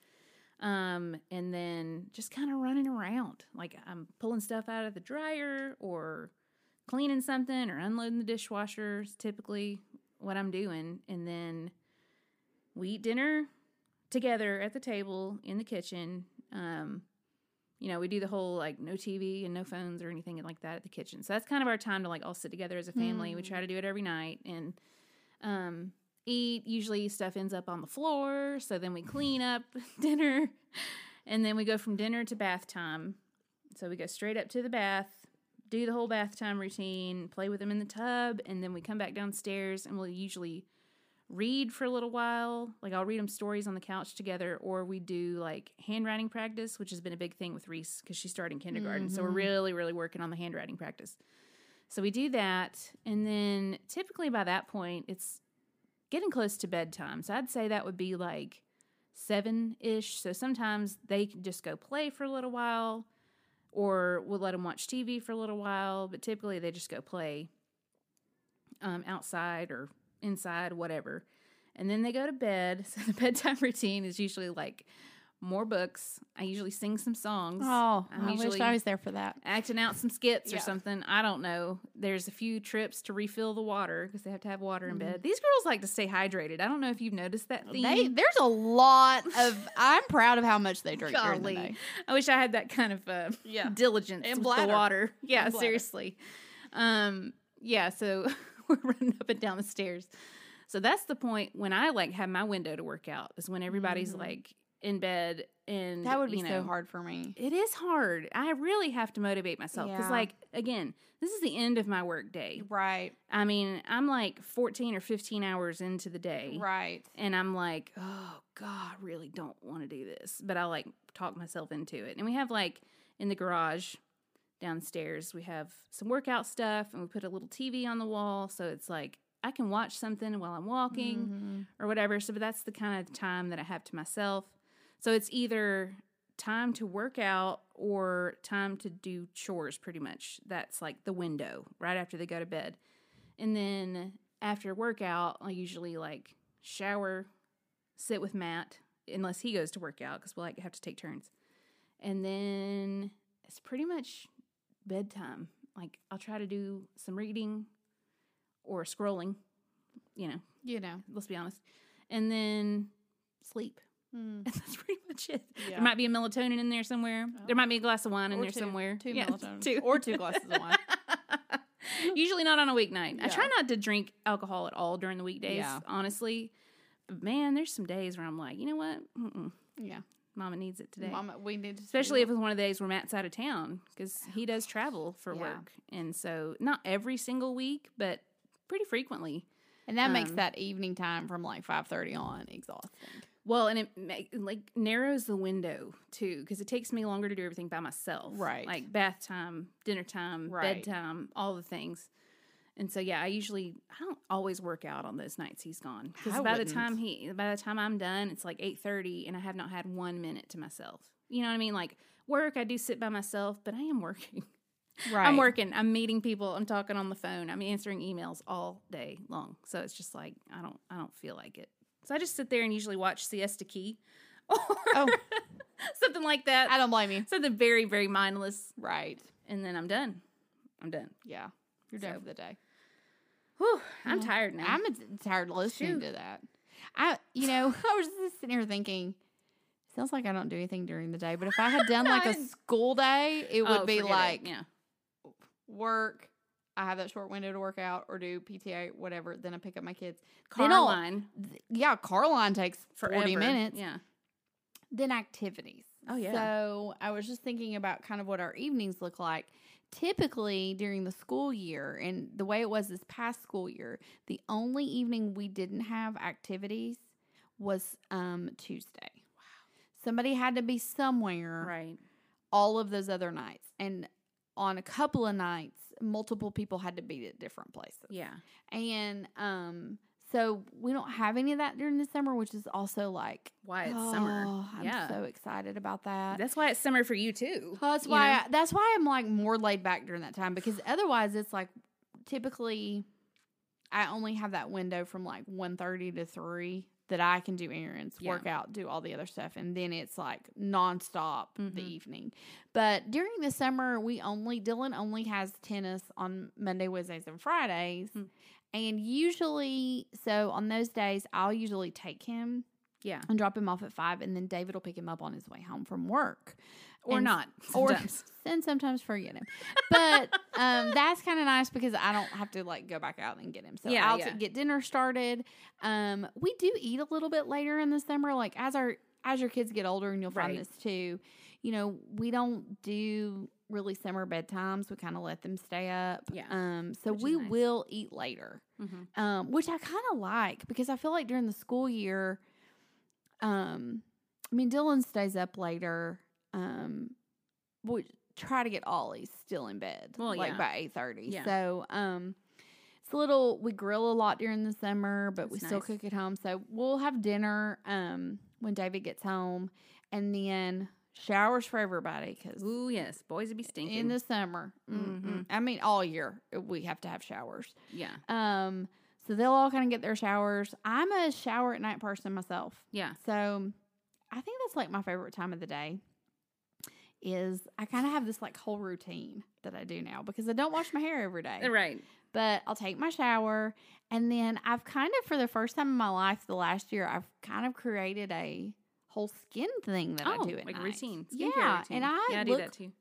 B: um and then just kind of running around. Like I'm pulling stuff out of the dryer or cleaning something or unloading the dishwasher is typically what I'm doing and then we eat dinner together at the table in the kitchen. Um, you know, we do the whole like no TV and no phones or anything like that at the kitchen. So that's kind of our time to like all sit together as a family. We try to do it every night and um, eat. Usually stuff ends up on the floor. So then we clean up dinner and then we go from dinner to bath time. So we go straight up to the bath. Do the whole bath time routine, play with them in the tub, and then we come back downstairs and we'll usually read for a little while. Like I'll read them stories on the couch together, or we do like handwriting practice, which has been a big thing with Reese because she's starting kindergarten. So we're
A: Mhm.
B: really, really working on the handwriting practice. So we do that. And then typically by that point, it's getting close to bedtime. So I'd say that would be like seven ish. So sometimes they can just go play for a little while, or we'll let them watch TV for a little while. But typically they just go play um, outside or inside, whatever. And then they go to bed. So the bedtime routine is usually like more books. I usually sing some songs.
A: Oh,
B: I'm
A: i wish
B: usually-
A: I was there for that.
B: acting out some skits or
A: Yeah.
B: something. I don't know. There's a few trips to refill the water because they have to have water in bed. These girls like to stay hydrated. I don't know if you've noticed that theme.
A: Mm-hmm. They, there's a lot of. I'm proud of how much they drink during the
B: Golly.
A: day.
B: I wish I had that kind of uh,
A: Yeah.
B: diligence
A: And
B: with
A: bladder.
B: the water. Yeah,
A: And bladder.
B: seriously. Um, yeah, so we're running up and down the stairs. So that's the point when I like have my window to work out is when everybody's
A: Mhm.
B: like in bed and
A: That would be
B: you
A: so
B: know,
A: hard for me.
B: It is hard. I really have to motivate myself because,
A: Yeah.
B: like, again, this is the end of my work day.
A: Right,
B: I mean, I'm like 14 or 15 hours into the day.
A: right.
B: And I'm like, oh, God, I really don't want to do this. But I like talk myself into it. And we have like in the garage downstairs, we have some workout stuff and we put a little TV on the wall. So it's like I can watch something while I'm walking
A: Mhm.
B: or whatever. So, but that's the kind of time that I have to myself. So it's either time to work out or time to do chores, pretty much. That's like the window right after they go to bed. And then after workout, I usually like shower, sit with Matt, unless he goes to work out because we like have to take turns. And then it's pretty much bedtime. Like I'll try to do some reading or scrolling, you know,
A: You know,
B: let's be honest. And then sleep.
A: Mm.
B: That's pretty much it.
A: Yeah.
B: There might be a melatonin in there somewhere.
A: Oh.
B: There might be a glass of wine in
A: Or
B: there
A: two-
B: somewhere.
A: two
B: Yeah,
A: melatonin.
B: two.
A: Or two glasses of wine.
B: Usually not on a weeknight. I
A: Yeah.
B: try not to drink alcohol at all during the weekdays,
A: Yeah.
B: honestly. But man, there's some days where I'm like, you know what? Mm-mm.
A: yeah,
B: Mama needs it today.
A: Mama, we need to
B: Especially if it's one of the days where Matt's out of town because he does travel for
A: Oh, Yeah.
B: work. And so not every single week, but pretty frequently.
A: and that makes
B: um,
A: that evening time from like five thirty on exhausting.
B: Well, and it ma- like narrows the window too because it takes me longer to do everything by myself.
A: Right.
B: Like bath time, dinner time,
A: Right.
B: bedtime, all the things. And so yeah, I usually I don't always work out on those nights he's gone
A: I
B: because by
A: wouldn't.
B: the time he by the time I'm done, it's like eight thirty, and I have not had one minute to myself. You know what I mean? Like work, I do sit by myself, but I am working.
A: Right,
B: I'm working. I'm meeting people. I'm talking on the phone. I'm answering emails all day long. So it's just like I don't I don't feel like it. So I just sit there and usually watch Siesta Key or
A: Oh.
B: something like that.
A: I don't blame you.
B: something very very mindless,
A: Right.
B: and then I'm done. I'm done.
A: Yeah, you're
B: So-
A: done for the day.
B: Whew, I'm
A: Yeah.
B: tired now.
A: I'm a- tired listening
B: Shoot.
A: to that. I, you know, I was just sitting here thinking, sounds like I don't do anything during the day, but if I had done like a
B: None.
A: school day, it would
B: Oh,
A: be
B: forget it.
A: like
B: yeah.
A: work. I have that short window to work out or do PTA, whatever. Then I pick up my kids.
B: Car
A: I'll-
B: line
A: Th- Yeah, car line takes
B: forever.
A: 40 minutes.
B: Yeah.
A: Then activities.
B: Oh yeah.
A: So I was just thinking about kind of what our evenings look like. Typically during the school year, and the way it was this past school year, the only evening we didn't have activities was um, Tuesday. Somebody had to be somewhere
B: right.
A: all of those other nights. And on a couple of nights, multiple people had to be at different places.
B: Yeah.
A: And um, so we don't have any of that during the summer, which is also like,
B: Why it's summer.
A: "Oh, I'm
B: yeah.
A: so excited about that.
B: That's why it's summer for you too.
A: Well, that's
B: you
A: why
B: know?
A: I, that's why I'm like more laid back during that time because otherwise it's like typically I only have that window from like 1.30 to 3 that I can do errands,
B: Yeah.
A: work out, do all the other stuff and then it's like nonstop the
B: Mhm.
A: evening. But during the summer we only Dylan only has tennis on Monday, Wednesdays and Fridays.
B: Hmm.
A: And usually so on those days I'll usually take him
B: Yeah.
A: and drop him off at 5 and then David will pick him up on his way home from work
B: Or
A: And-
B: not.
A: or
B: sometimes.
A: and sometimes forget him. But um, that's kind of nice because I don't have to like go back out and get him. So
B: Yeah,
A: I'll
B: yeah.
A: t- get dinner started. Um, we do eat a little bit later in the summer, like as our as your kids get older, and you'll find
B: Right.
A: this too. You know, we don't do really summer bedtimes. We kind of let them stay up.
B: Yeah.
A: Um, so
B: Which is
A: we
B: nice.
A: will eat later
B: Mhm.
A: um, which I kind of like because I feel like during the school year, um, I mean, Dylan stays up later, um, which try to get Ollie's still in bed,
B: Well,
A: like
B: yeah.
A: by eight thirty.
B: Yeah.
A: So, um, it's a little. We grill a lot during the summer, but we
B: That's
A: still
B: nice.
A: cook at home. So we'll have dinner um when David gets home, and then showers for everybody because
B: Ooh, Mm-hmm. yes, boys would be stinking.
A: in the summer, mm mm. I mean all year, we have to have showers.
B: yeah,
A: Um, so they'll all kind of get their showers. I'm a shower at night person myself.
B: yeah,
A: So I think that's like my favorite time of the day is I kind of have this like whole routine that I do now because I don't wash my hair every day.
B: right.
A: But I'll take my shower and then I've kind of for the first time in my life the last year I've kind of created a whole skin thing that I do at
B: Oh, like
A: night.
B: routine, skincare
A: Yeah,
B: routine.
A: and I
B: yeah, I do
A: look
B: that too.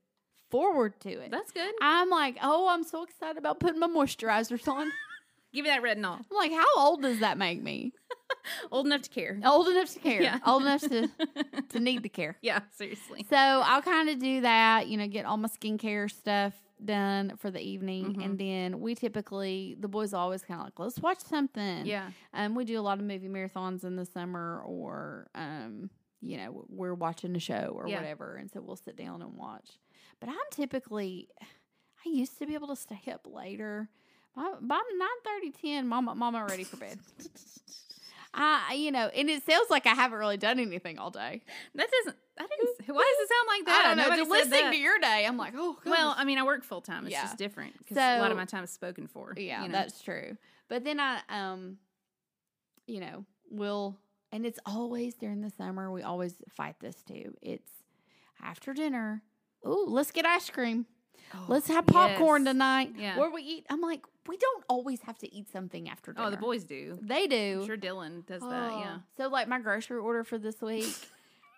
A: forward to it.
B: That's good.
A: I'm like, "Oh, I'm so excited about putting my moisturizers on."
B: Give me that retinol.
A: I'm like, "How old does that make me?"
B: Old enough to care.
A: Old enough to care.
B: Yeah.
A: Old enough to to need to care.
B: yeah, seriously.
A: So I'll kind of do that, you know, get all my skincare stuff done for the evening,
B: Mhm.
A: and then we typically the boys always kind of like let's watch something.
B: Yeah,
A: um, we do a lot of movie marathons in the summer, or um, you know, we're watching a show or
B: Yeah.
A: whatever, and so we'll sit down and watch. But I'm typically, I used to be able to stay up later. By, by 9 10 mama mama ready for bed i I- you know and it sounds like i haven't really done anything all day
B: that doesn't. I didn't. Why does it sound like that?
A: I don't know.
B: Nobody
A: Just
B: said
A: listening
B: that.
A: to your day, I'm like, oh,
B: Well,
A: goodness.
B: I mean, I work full time. It's
A: Yeah.
B: just different because a lot
A: So-
B: of my time is spoken for.
A: yeah,
B: you know?
A: that's true. But then I, um, you know, will, and it's always during the summer. We always fight this too. It's after dinner. Ooh, let's get ice cream.
B: Oh,
A: Let's have popcorn
B: yes.
A: tonight.
B: Yeah.
A: Where we eat? I'm like, we don't always have to eat something after dinner.
B: Oh, the boys do.
A: they do.
B: I'm sure Dylan does that. Yeah.
A: Oh, So like my grocery order for this week,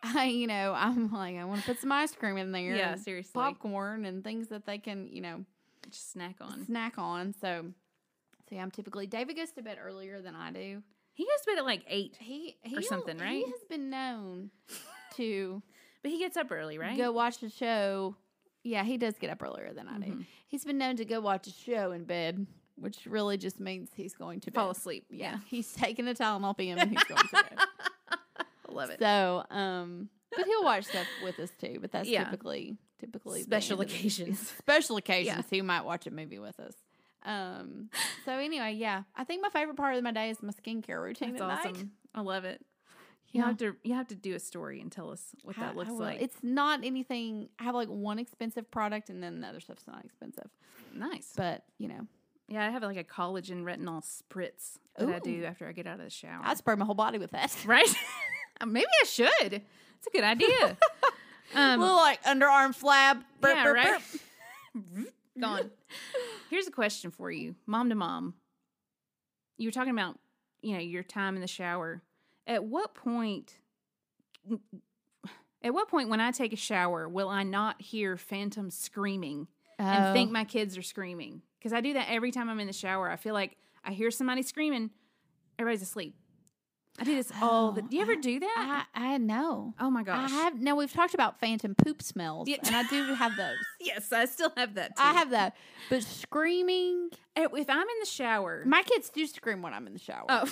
A: I you know I'm like I want to put some ice cream in there.
B: Yeah,
A: and
B: seriously.
A: Popcorn and things that they can you know
B: Just snack on.
A: snack on. So, so yeah, I'm typically David goes to bed earlier than I do.
B: He goes to bed at like eight,
A: He, he
B: Or something,
A: He
B: right?
A: has been known to
B: but he gets up early, right?
A: go watch a show. Yeah, he does get up earlier than I do.
B: Mhm.
A: He's been known to go watch a show in bed, which really just means he's going to
B: fall
A: bed.
B: asleep.
A: Yeah, he's taking a Tylenol PM and he's going to bed.
B: I love it.
A: So, um, but he'll watch stuff with us too. But that's
B: Yeah.
A: typically typically the
B: Special
A: end of the-
B: occasions.
A: Special occasions, he might watch a movie with us. Um. So anyway, yeah, I think my favorite part of my day is my skincare routine.
B: That's
A: at night.
B: awesome. I love it. You
A: Yeah.
B: have to you have to do a story and tell us what
A: I- I
B: that looks
A: will.
B: like.
A: It's not anything. I have like one expensive product, and then the other stuff's not expensive.
B: nice.
A: But you know,
B: yeah, I have like a collagen retinol spritz that I
A: Ooh.
B: do after I get out of the shower.
A: I spray my whole body with that.
B: right? Maybe I should. It's a good idea. um,
A: Little like underarm flab. burp,
B: yeah,
A: burp,
B: right.
A: burp.
B: Gone. Here's a question for you, mom to mom. You were talking about, you know, your time in the shower. At what point? At what point, when I take a shower, will I not hear phantom screaming
A: Oh.
B: and think my kids are screaming? Because I do that every time I'm in the shower. I feel like I hear somebody screaming. Everybody's asleep. I do this all the.
A: Oh,
B: Do you ever do that?
A: I I know.
B: oh my gosh!
A: I have now. We've talked about phantom poop smells,
B: Yeah.
A: and I do have those.
B: Yes, I still have that. Too. Eh,
A: I have that, but screaming.
B: If I'm in the shower.
A: My kids do scream when I'm in the shower.
B: oh,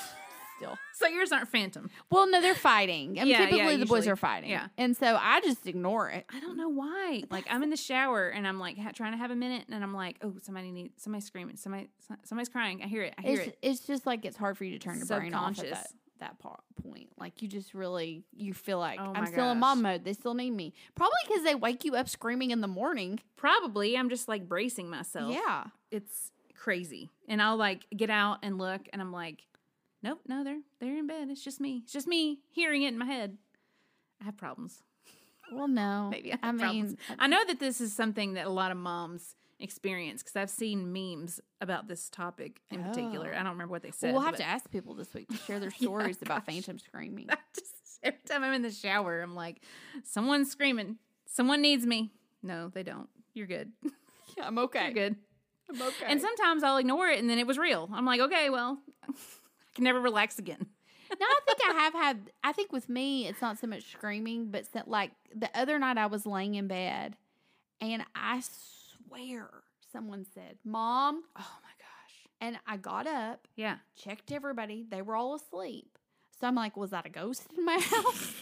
A: Still,
B: so yours aren't phantom.
A: well, no, they're fighting. I mean,
B: Yeah, yeah,
A: typically the boys
B: usually.
A: are fighting.
B: Yeah.
A: and so I just ignore it.
B: I don't know why. Like I'm in the shower and I'm like ha- trying to have a minute, and I'm like, oh, somebody needs somebody screaming, somebody so- somebody's crying. I hear it. I hear
A: It's
B: it.
A: it's just like it's hard for you to turn your brain off at that
B: Subconscious.
A: that po- point. Like you just really you feel like
B: Oh
A: I'm
B: my
A: still in mom
B: gosh.
A: mode. They still need me. Probably because they wake you up screaming in the morning.
B: Probably I'm just like bracing myself.
A: Yeah,
B: it's crazy. And I'll like get out and look, and I'm like, nope, no, they're they're in bed. It's just me. It's just me hearing it in my head. I have problems.
A: well, no,
B: Maybe I,
A: I
B: have problems.
A: mean,
B: I know that this is something that a lot of moms experience because I've seen memes about this topic in particular.
A: Oh.
B: I don't remember what they said.
A: well, we'll have
B: but-
A: to ask people this week to share their
B: Yeah,
A: stories about
B: gosh.
A: phantom screaming.
B: I just- every time I'm in the shower, I'm like, someone's screaming. Someone needs me. No, they don't. You're good.
A: Yeah, I'm okay.
B: You're good.
A: I'm okay.
B: And sometimes I'll ignore it and then it was real. I'm like, okay, well, I can never relax again.
A: no, I think I have had. I think with me, it's not so much screaming, but so- like the other night, I was laying in bed, and I swear someone said, "Mom,"
B: Oh my gosh.
A: and I got up,
B: Yeah.
A: checked everybody; they were all asleep. So I'm like, "Was that a ghost in my house,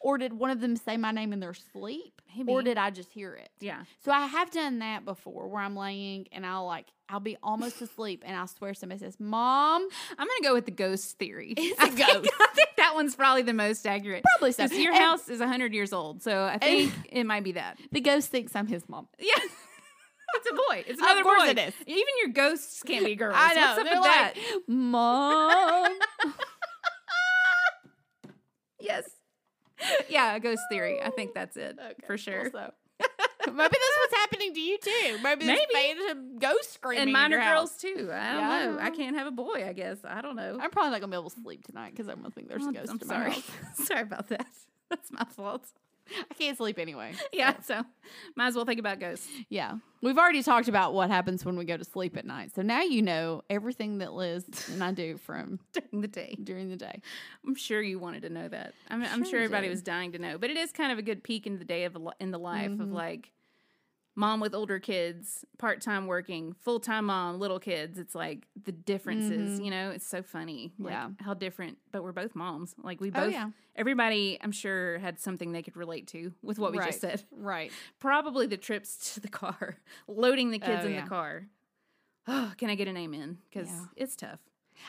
A: or did one of them say my name in their sleep, or
B: Maybe.
A: did I just hear it?
B: Yeah.
A: So I have done that before, where I'm laying and I'll like I'll be almost asleep, and I swear somebody says, "Mom,"
B: I'm gonna go with the ghost theory.
A: It's
B: I
A: a
B: think-
A: ghost.
B: I think that one's probably the most accurate.
A: probably so.
B: Because your
A: And
B: house is 100 years old, so I think it might be that.
A: the ghost thinks I'm his mom.
B: Yeah. It's a boy. It's another
A: course
B: boy.
A: it is.
B: Even your ghosts can't be girls.
A: I know.
B: What's up
A: They're
B: with
A: like,
B: that?
A: Mom.
B: Yes. Yeah, a ghost theory. I think that's it
A: Okay,
B: for sure.
A: also. Maybe that's what's happening to you too. Maybe this
B: Maybe.
A: phantom ghost screaming.
B: and
A: in
B: mine are
A: your house.
B: girls too. I don't
A: Yeah, I
B: know. I
A: know.
B: can't have a boy. I guess I don't know.
A: I'm probably not gonna be able to sleep tonight because I'm gonna think there's a ghost.
B: Oh, I'm
A: in My
B: sorry.
A: house.
B: sorry about that. That's my fault.
A: I can't sleep anyway.
B: Yeah. So might as well think about ghosts.
A: Yeah. We've already talked about what happens when we go to sleep at night. So now you know everything that Liz and I do from
B: during the day.
A: during the day.
B: I'm sure you wanted to know that. I'm, I'm
A: Sure
B: sure
A: I
B: everybody
A: did.
B: was dying to know, but it is kind of a good peek into the day of the li- in the life of
A: Mhm.
B: like mom with older kids, part time working, full time mom, little kids. It's like the differences,
A: Mhm.
B: you know. It's so funny, like,
A: Yeah.
B: How different, but we're both moms. Like we
A: Oh,
B: both.
A: yeah.
B: Everybody, I'm sure, had something they could relate to with what we just
A: Right.
B: said.
A: Right.
B: Probably the trips to the car, loading the kids
A: Oh,
B: in
A: yeah.
B: the car. Oh, can I get an amen? Because
A: Yeah.
B: it's tough.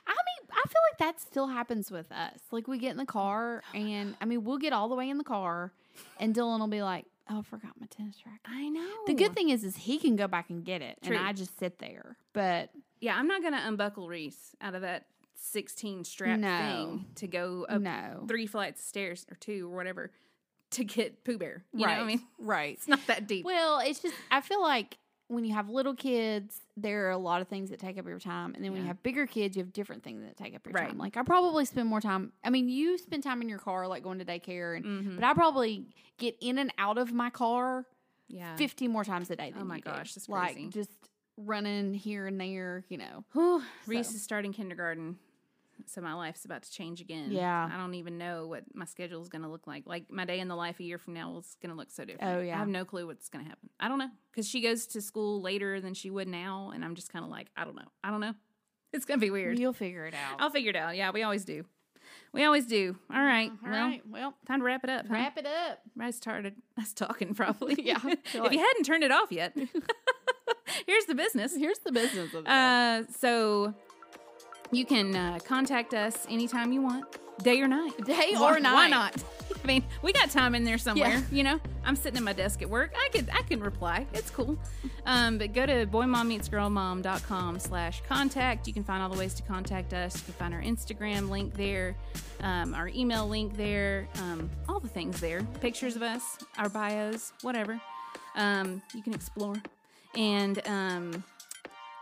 A: I mean, I feel like that still happens with us. Like we get in the car and I mean we'll get all the way in the car and Dylan will be like, Oh, I forgot my tennis racket.
B: I know.
A: The good thing is, is he can go back and get it,
B: True.
A: and I just sit there. But
B: Yeah, I'm not gonna unbuckle Reese out of that 16 strap
A: No.
B: thing to go up
A: no,
B: three flights of stairs or two or whatever to get Pooh Bear. You
A: right,
B: know what I mean?
A: right.
B: It's not that deep.
A: Well, it's just I feel like when you have little kids, there are a lot of things that take up your time, and then when you
B: Yeah.
A: have bigger kids, you have different things that take up your
B: Right.
A: time. Like I probably spend more time. I mean, you spend time in your car, like going to daycare, and
B: Mhm.
A: but I probably get in and out of my car
B: Yeah.
A: 50 more times a day. Than
B: my
A: you do.
B: gosh, that's crazy.
A: Like just running here and there, you know.
B: Whew, Reese
A: So.
B: is starting kindergarten, so my life's about to change again.
A: Yeah.
B: I don't even know what my schedule is gonna look like. Like my day in the life a year from now is gonna look so different.
A: Oh, yeah.
B: I have no clue what's gonna happen. I don't know because she goes to school later than she would now, and I'm just kind of like, I don't know. I don't know. It's gonna be weird.
A: You'll figure it out.
B: I'll figure it out. Yeah, we always do. We always do. All right.
A: All
B: well,
A: right, Well,
B: time to wrap it up. huh?
A: wrap it up.
B: I started us talking probably.
A: Yeah, I
B: if
A: feel like-
B: you hadn't turned it off yet, here's the business.
A: Here's the business of the day.
B: Uh, so you can uh, contact us anytime you want, day or night.
A: Day
B: Why-
A: or night.
B: Why not? I mean, we got time in there somewhere.
A: Yeah.
B: You know, I'm sitting at my desk at work. I could I can reply. It's cool. Um, but go to boymommeetsgirlmom.com slash contact. You can find all the ways to contact us. You can find our Instagram link there, um, our email link there, um, all the things there. Pictures of us, our bios, whatever. Um, you can explore. And um,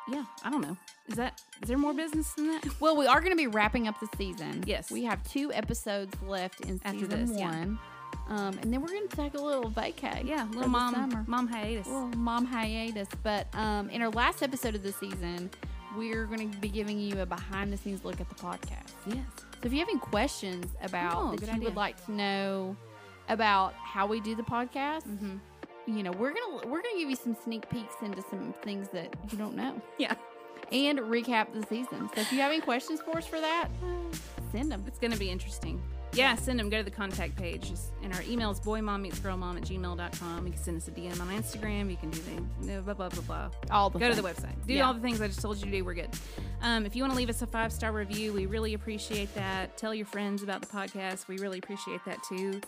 B: yeah, I don't know. Is that is there more business than that?
A: Well, we are going to be wrapping up the season.
B: Yes.
A: We have two episodes left in
B: After
A: season
B: this, yeah.
A: one. Um, and then we're going to take a little vacay.
B: Yeah,
A: for
B: little
A: the
B: mom
A: summer.
B: mom hiatus.
A: Little mom hiatus. But um, in our last episode of the season, we're going to be giving you a behind the scenes look at the podcast.
B: Yes.
A: So if you have any questions about
B: Oh,
A: that
B: good
A: you
B: idea.
A: would like to know about how we do the podcast,
B: Mhm.
A: you know, we're going to we're going to give you some sneak peeks into some things that you don't know.
B: Yeah.
A: and recap the season. So if you have any questions for us for that, send them.
B: It's going to be interesting. Yeah, send them. Go to the contact page. Just- And our email is boymommeetsgirlmom at gmail.com. You can send us a DM on Instagram. You can do the blah, blah, blah, blah.
A: All the
B: Go to the
A: things.
B: website. Do
A: Yeah.
B: all the things I just told you to do. We're good. Um, if you want to leave us a five star review, we really appreciate that. Tell your friends about the podcast. We really appreciate that too.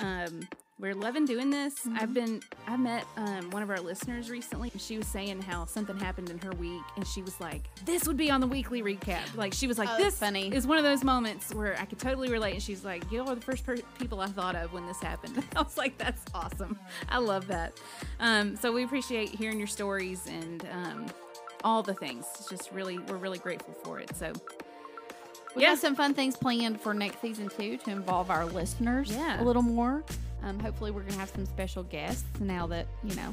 B: Um, we're loving doing this.
A: Mm-hmm.
B: I've been, I met um, one of our listeners recently. and She was saying how something happened in her week, and she was like, "This would be on the weekly recap." Like she was like,
A: Oh,
B: "This
A: funny.
B: is one of those moments where I could totally relate." And she's like, "You are the first per- people I thought of when this happened." I was like, "That's awesome. I love that." Um, so we appreciate hearing your stories and um, all the things. It's just really, we're really grateful for it. So
A: We
B: Yeah.
A: have some fun things planned for next season too to involve our listeners
B: Yeah.
A: a little more. Um, hopefully, we're gonna have some special guests now that you know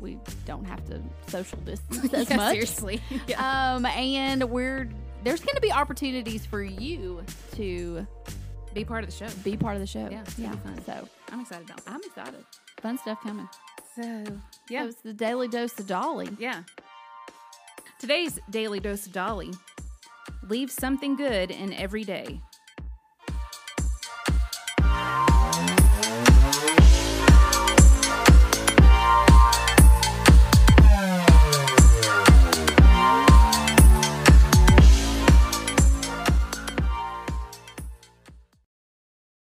A: we don't have to social distance as
B: yeah,
A: much.
B: seriously, yeah.
A: Um, and we're there's gonna be opportunities for you to
B: be part of the show.
A: be part of the show.
B: Yeah, it's gonna be fun.
A: So
B: I'm excited about that.
A: I'm excited. Fun stuff coming.
B: So
A: So it's the daily dose of Dolly.
B: Yeah. Today's daily dose of Dolly. Leave something good in every day.